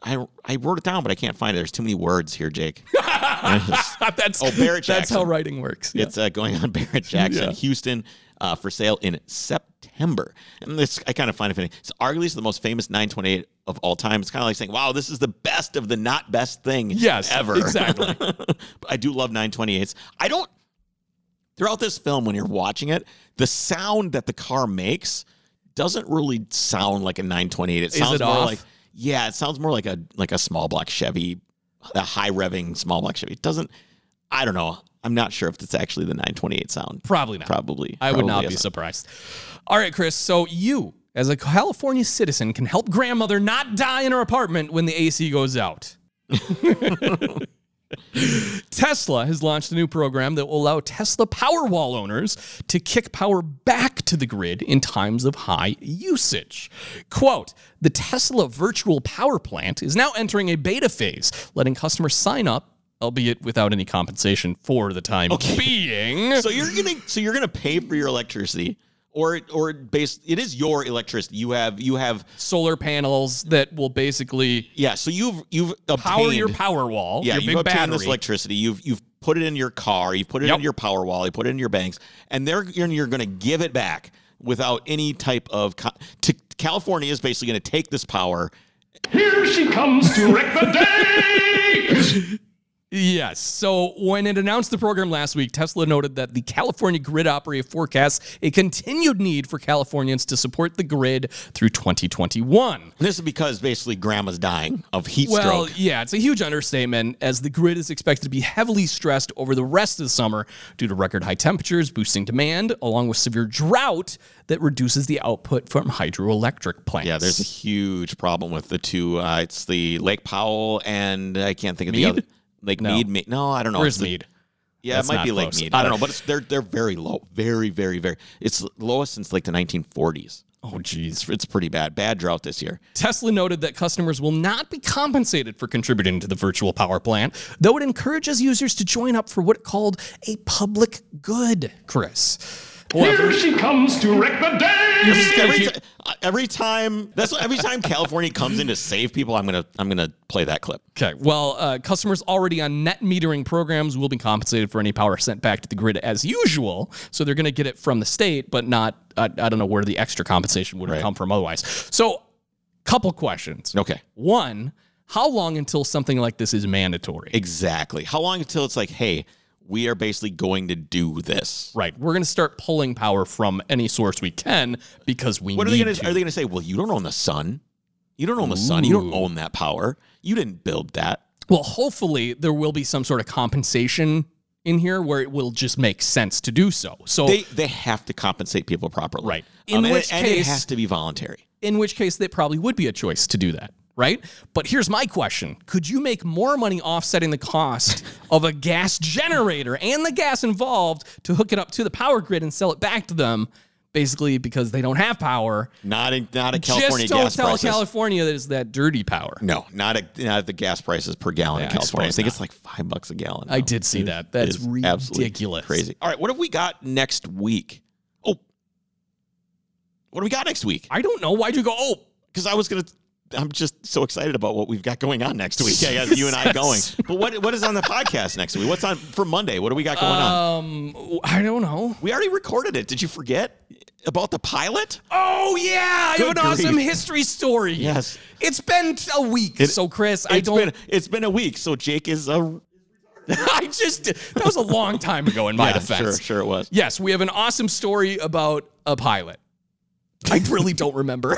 [SPEAKER 1] I, I wrote it down, but I can't find it. There's too many words here, Jake.
[SPEAKER 2] that's
[SPEAKER 1] Oh, Barrett
[SPEAKER 2] that's how
[SPEAKER 1] Jackson.
[SPEAKER 2] writing works. Yeah.
[SPEAKER 1] It's uh, going on Barrett Jackson,
[SPEAKER 2] Yeah.
[SPEAKER 1] Houston, uh, for sale in September. And this, I kind of find it funny. It's arguably the most famous 928 of all time. It's kind of like saying, wow, this is the best of the not best thing
[SPEAKER 2] Yes,
[SPEAKER 1] ever.
[SPEAKER 2] exactly.
[SPEAKER 1] But I do love 928s. I don't, throughout this film, when you're watching it, the sound that the car makes doesn't really sound like a 928. It
[SPEAKER 2] Is
[SPEAKER 1] sounds
[SPEAKER 2] it
[SPEAKER 1] more
[SPEAKER 2] off?
[SPEAKER 1] like, yeah, it sounds more like a like a small block Chevy, a high revving small block Chevy. It doesn't. I don't know. I'm not sure if it's actually the 928 sound.
[SPEAKER 2] Probably not.
[SPEAKER 1] Probably.
[SPEAKER 2] I would
[SPEAKER 1] Probably
[SPEAKER 2] not be
[SPEAKER 1] isn't.
[SPEAKER 2] surprised. All right, Chris. So you, as a California citizen, can help grandmother not die in her apartment when the AC goes out. Tesla has launched a new program that will allow Tesla Powerwall owners to kick power back to the grid in times of high usage. Quote The Tesla virtual power plant is now entering a beta phase, letting customers sign up, albeit without any compensation for the time being.
[SPEAKER 1] So you're gonna so you're gonna pay for your electricity, or or based it is your electricity. You have you have
[SPEAKER 2] solar panels that will basically
[SPEAKER 1] yeah. So you've you've obtained,
[SPEAKER 2] power your power wall,
[SPEAKER 1] Yeah,
[SPEAKER 2] your
[SPEAKER 1] you've
[SPEAKER 2] big
[SPEAKER 1] obtained
[SPEAKER 2] battery.
[SPEAKER 1] this electricity. You've you've put it in your car. You've put it
[SPEAKER 2] Yep.
[SPEAKER 1] in your power wall. You put it in your banks, and they're you're, you're going to give it back without any type of. co- To, California is basically going to take this power.
[SPEAKER 3] Here she comes to wreck the day!
[SPEAKER 2] yes. So when it announced the program last week, Tesla noted that the California grid operator forecasts a continued need for Californians to support the grid through 2021.
[SPEAKER 1] And this is because basically grandma's dying of heat
[SPEAKER 2] Well,
[SPEAKER 1] stroke.
[SPEAKER 2] yeah, it's a huge understatement as the grid is expected to be heavily stressed over the rest of the summer due to record high temperatures, boosting demand, along with severe drought that reduces the output from hydroelectric plants.
[SPEAKER 1] Yeah, there's a huge problem with the two. Uh, it's the Lake Powell and I can't think of
[SPEAKER 2] Mead?
[SPEAKER 1] the other. Lake
[SPEAKER 2] No.
[SPEAKER 1] Mead, Mead. No, I don't know.
[SPEAKER 2] Where's
[SPEAKER 1] It's the-
[SPEAKER 2] Mead?
[SPEAKER 1] Yeah, it
[SPEAKER 2] That's
[SPEAKER 1] might be
[SPEAKER 2] not
[SPEAKER 1] Lake
[SPEAKER 2] close.
[SPEAKER 1] Mead. I don't know, but it's, they're they're very low, very very very. It's lowest since like the 1940s.
[SPEAKER 2] Oh, jeez.
[SPEAKER 1] It's pretty bad. Bad drought this year.
[SPEAKER 2] Tesla noted that customers will not be compensated for contributing to the virtual power plant, though it encourages users to join up for what it called a public good, Chris.
[SPEAKER 3] Here she comes to wreck the day!
[SPEAKER 2] Just gotta
[SPEAKER 1] every,
[SPEAKER 2] keep-
[SPEAKER 1] ti- uh, every time that's what, every time California comes in to save people, I'm gonna I'm gonna play that clip.
[SPEAKER 2] Okay. Well, uh, customers already on net metering programs will be compensated for any power sent back to the grid as usual. So they're going to get it from the state, but not, I, I don't know where the extra compensation would have
[SPEAKER 1] Right.
[SPEAKER 2] come from otherwise. So, couple questions.
[SPEAKER 1] Okay,
[SPEAKER 2] One, how long until something like this is mandatory?
[SPEAKER 1] exactly. How long until it's like, hey, we are basically going to do this?
[SPEAKER 2] Right. We're going to start pulling power from any source we can because we
[SPEAKER 1] What are
[SPEAKER 2] need
[SPEAKER 1] they gonna
[SPEAKER 2] to.
[SPEAKER 1] Are they gonna say? Well, you don't own the sun. You don't own the sun. You don't
[SPEAKER 2] Ooh.
[SPEAKER 1] own that power. You didn't build that.
[SPEAKER 2] well, hopefully there will be some sort of compensation in here where it will just make sense to do so. So
[SPEAKER 1] They they have to compensate people properly,
[SPEAKER 2] Oh. Right.
[SPEAKER 1] In
[SPEAKER 2] In
[SPEAKER 1] and,
[SPEAKER 2] which
[SPEAKER 1] and
[SPEAKER 2] case-
[SPEAKER 1] it has to be voluntary.
[SPEAKER 2] in which case that probably would be a choice to do that, right? But here's my question. Could you make more money offsetting the cost of a gas generator and the gas involved to hook it up to the power grid and sell it back to them? Basically, because they don't have power.
[SPEAKER 1] Not in not at California
[SPEAKER 2] just don't
[SPEAKER 1] gas
[SPEAKER 2] tell
[SPEAKER 1] prices.
[SPEAKER 2] California that it's that dirty power.
[SPEAKER 1] no, not at, not at the gas prices per gallon in
[SPEAKER 2] I
[SPEAKER 1] California. I,
[SPEAKER 2] suppose
[SPEAKER 1] think
[SPEAKER 2] not.
[SPEAKER 1] it's like five bucks a gallon.
[SPEAKER 2] I
[SPEAKER 1] now.
[SPEAKER 2] did see that.
[SPEAKER 1] Oh, It
[SPEAKER 2] That's
[SPEAKER 1] is absolutely
[SPEAKER 2] ridiculous.
[SPEAKER 1] Crazy. All right, what have we got next week? Oh, what do we got next week?
[SPEAKER 2] I don't know. Why'd you go? Oh,
[SPEAKER 1] Because I was gonna. I'm just so excited about what we've got going on next week. Yeah, yeah, you and I going. But what what is on the podcast next week? What's on for Monday? What do we got going on?
[SPEAKER 2] um, I don't know.
[SPEAKER 1] We already recorded it. Did you forget about the pilot?
[SPEAKER 2] Oh yeah, I have
[SPEAKER 1] Good
[SPEAKER 2] an awesome
[SPEAKER 1] grief.
[SPEAKER 2] history story.
[SPEAKER 1] Yes.
[SPEAKER 2] it's been a week. so Chris, I
[SPEAKER 1] It's
[SPEAKER 2] don't.
[SPEAKER 1] been it's been a week, so Jake is a
[SPEAKER 2] I just that was a long time ago in my
[SPEAKER 1] Yeah,
[SPEAKER 2] defense.
[SPEAKER 1] Sure, sure it was.
[SPEAKER 2] Yes, we have an awesome story about a pilot. I really don't remember.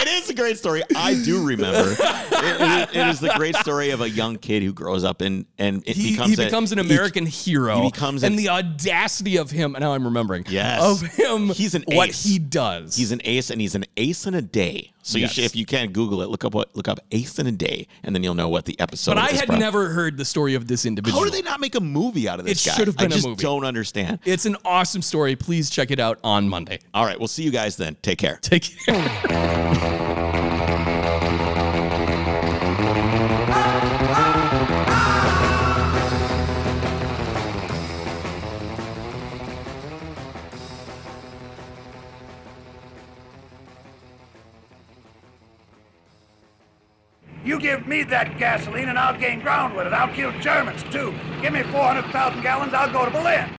[SPEAKER 1] It is a great story. I do remember. It- it- it is the great story of a young kid who grows up and and it
[SPEAKER 2] he,
[SPEAKER 1] becomes
[SPEAKER 2] he
[SPEAKER 1] a-
[SPEAKER 2] becomes an
[SPEAKER 1] he-
[SPEAKER 2] American hero.
[SPEAKER 1] he becomes
[SPEAKER 2] and
[SPEAKER 1] an-
[SPEAKER 2] the audacity of him. Now I'm remembering.
[SPEAKER 1] Yes.
[SPEAKER 2] of him.
[SPEAKER 1] He's an
[SPEAKER 2] what
[SPEAKER 1] ace.
[SPEAKER 2] he does.
[SPEAKER 1] He's an ace, and he's an ace in a day. So
[SPEAKER 2] Yes.
[SPEAKER 1] you should, if you can Google it, look up what look up ace in a day, and then you'll know what the episode.
[SPEAKER 2] but I
[SPEAKER 1] is
[SPEAKER 2] had
[SPEAKER 1] from.
[SPEAKER 2] never heard the story of this individual.
[SPEAKER 1] How did they not make a movie out of this?
[SPEAKER 2] It
[SPEAKER 1] guy?
[SPEAKER 2] should have been
[SPEAKER 1] I
[SPEAKER 2] a
[SPEAKER 1] just
[SPEAKER 2] movie.
[SPEAKER 1] Don't understand.
[SPEAKER 2] It's an awesome story. Please check it out on Monday.
[SPEAKER 1] All right, we'll see you guys then. Take care.
[SPEAKER 2] Take care.
[SPEAKER 5] You give me that gasoline and I'll gain ground with it. I'll kill Germans, too. Give me 400,000 gallons, I'll go to Berlin.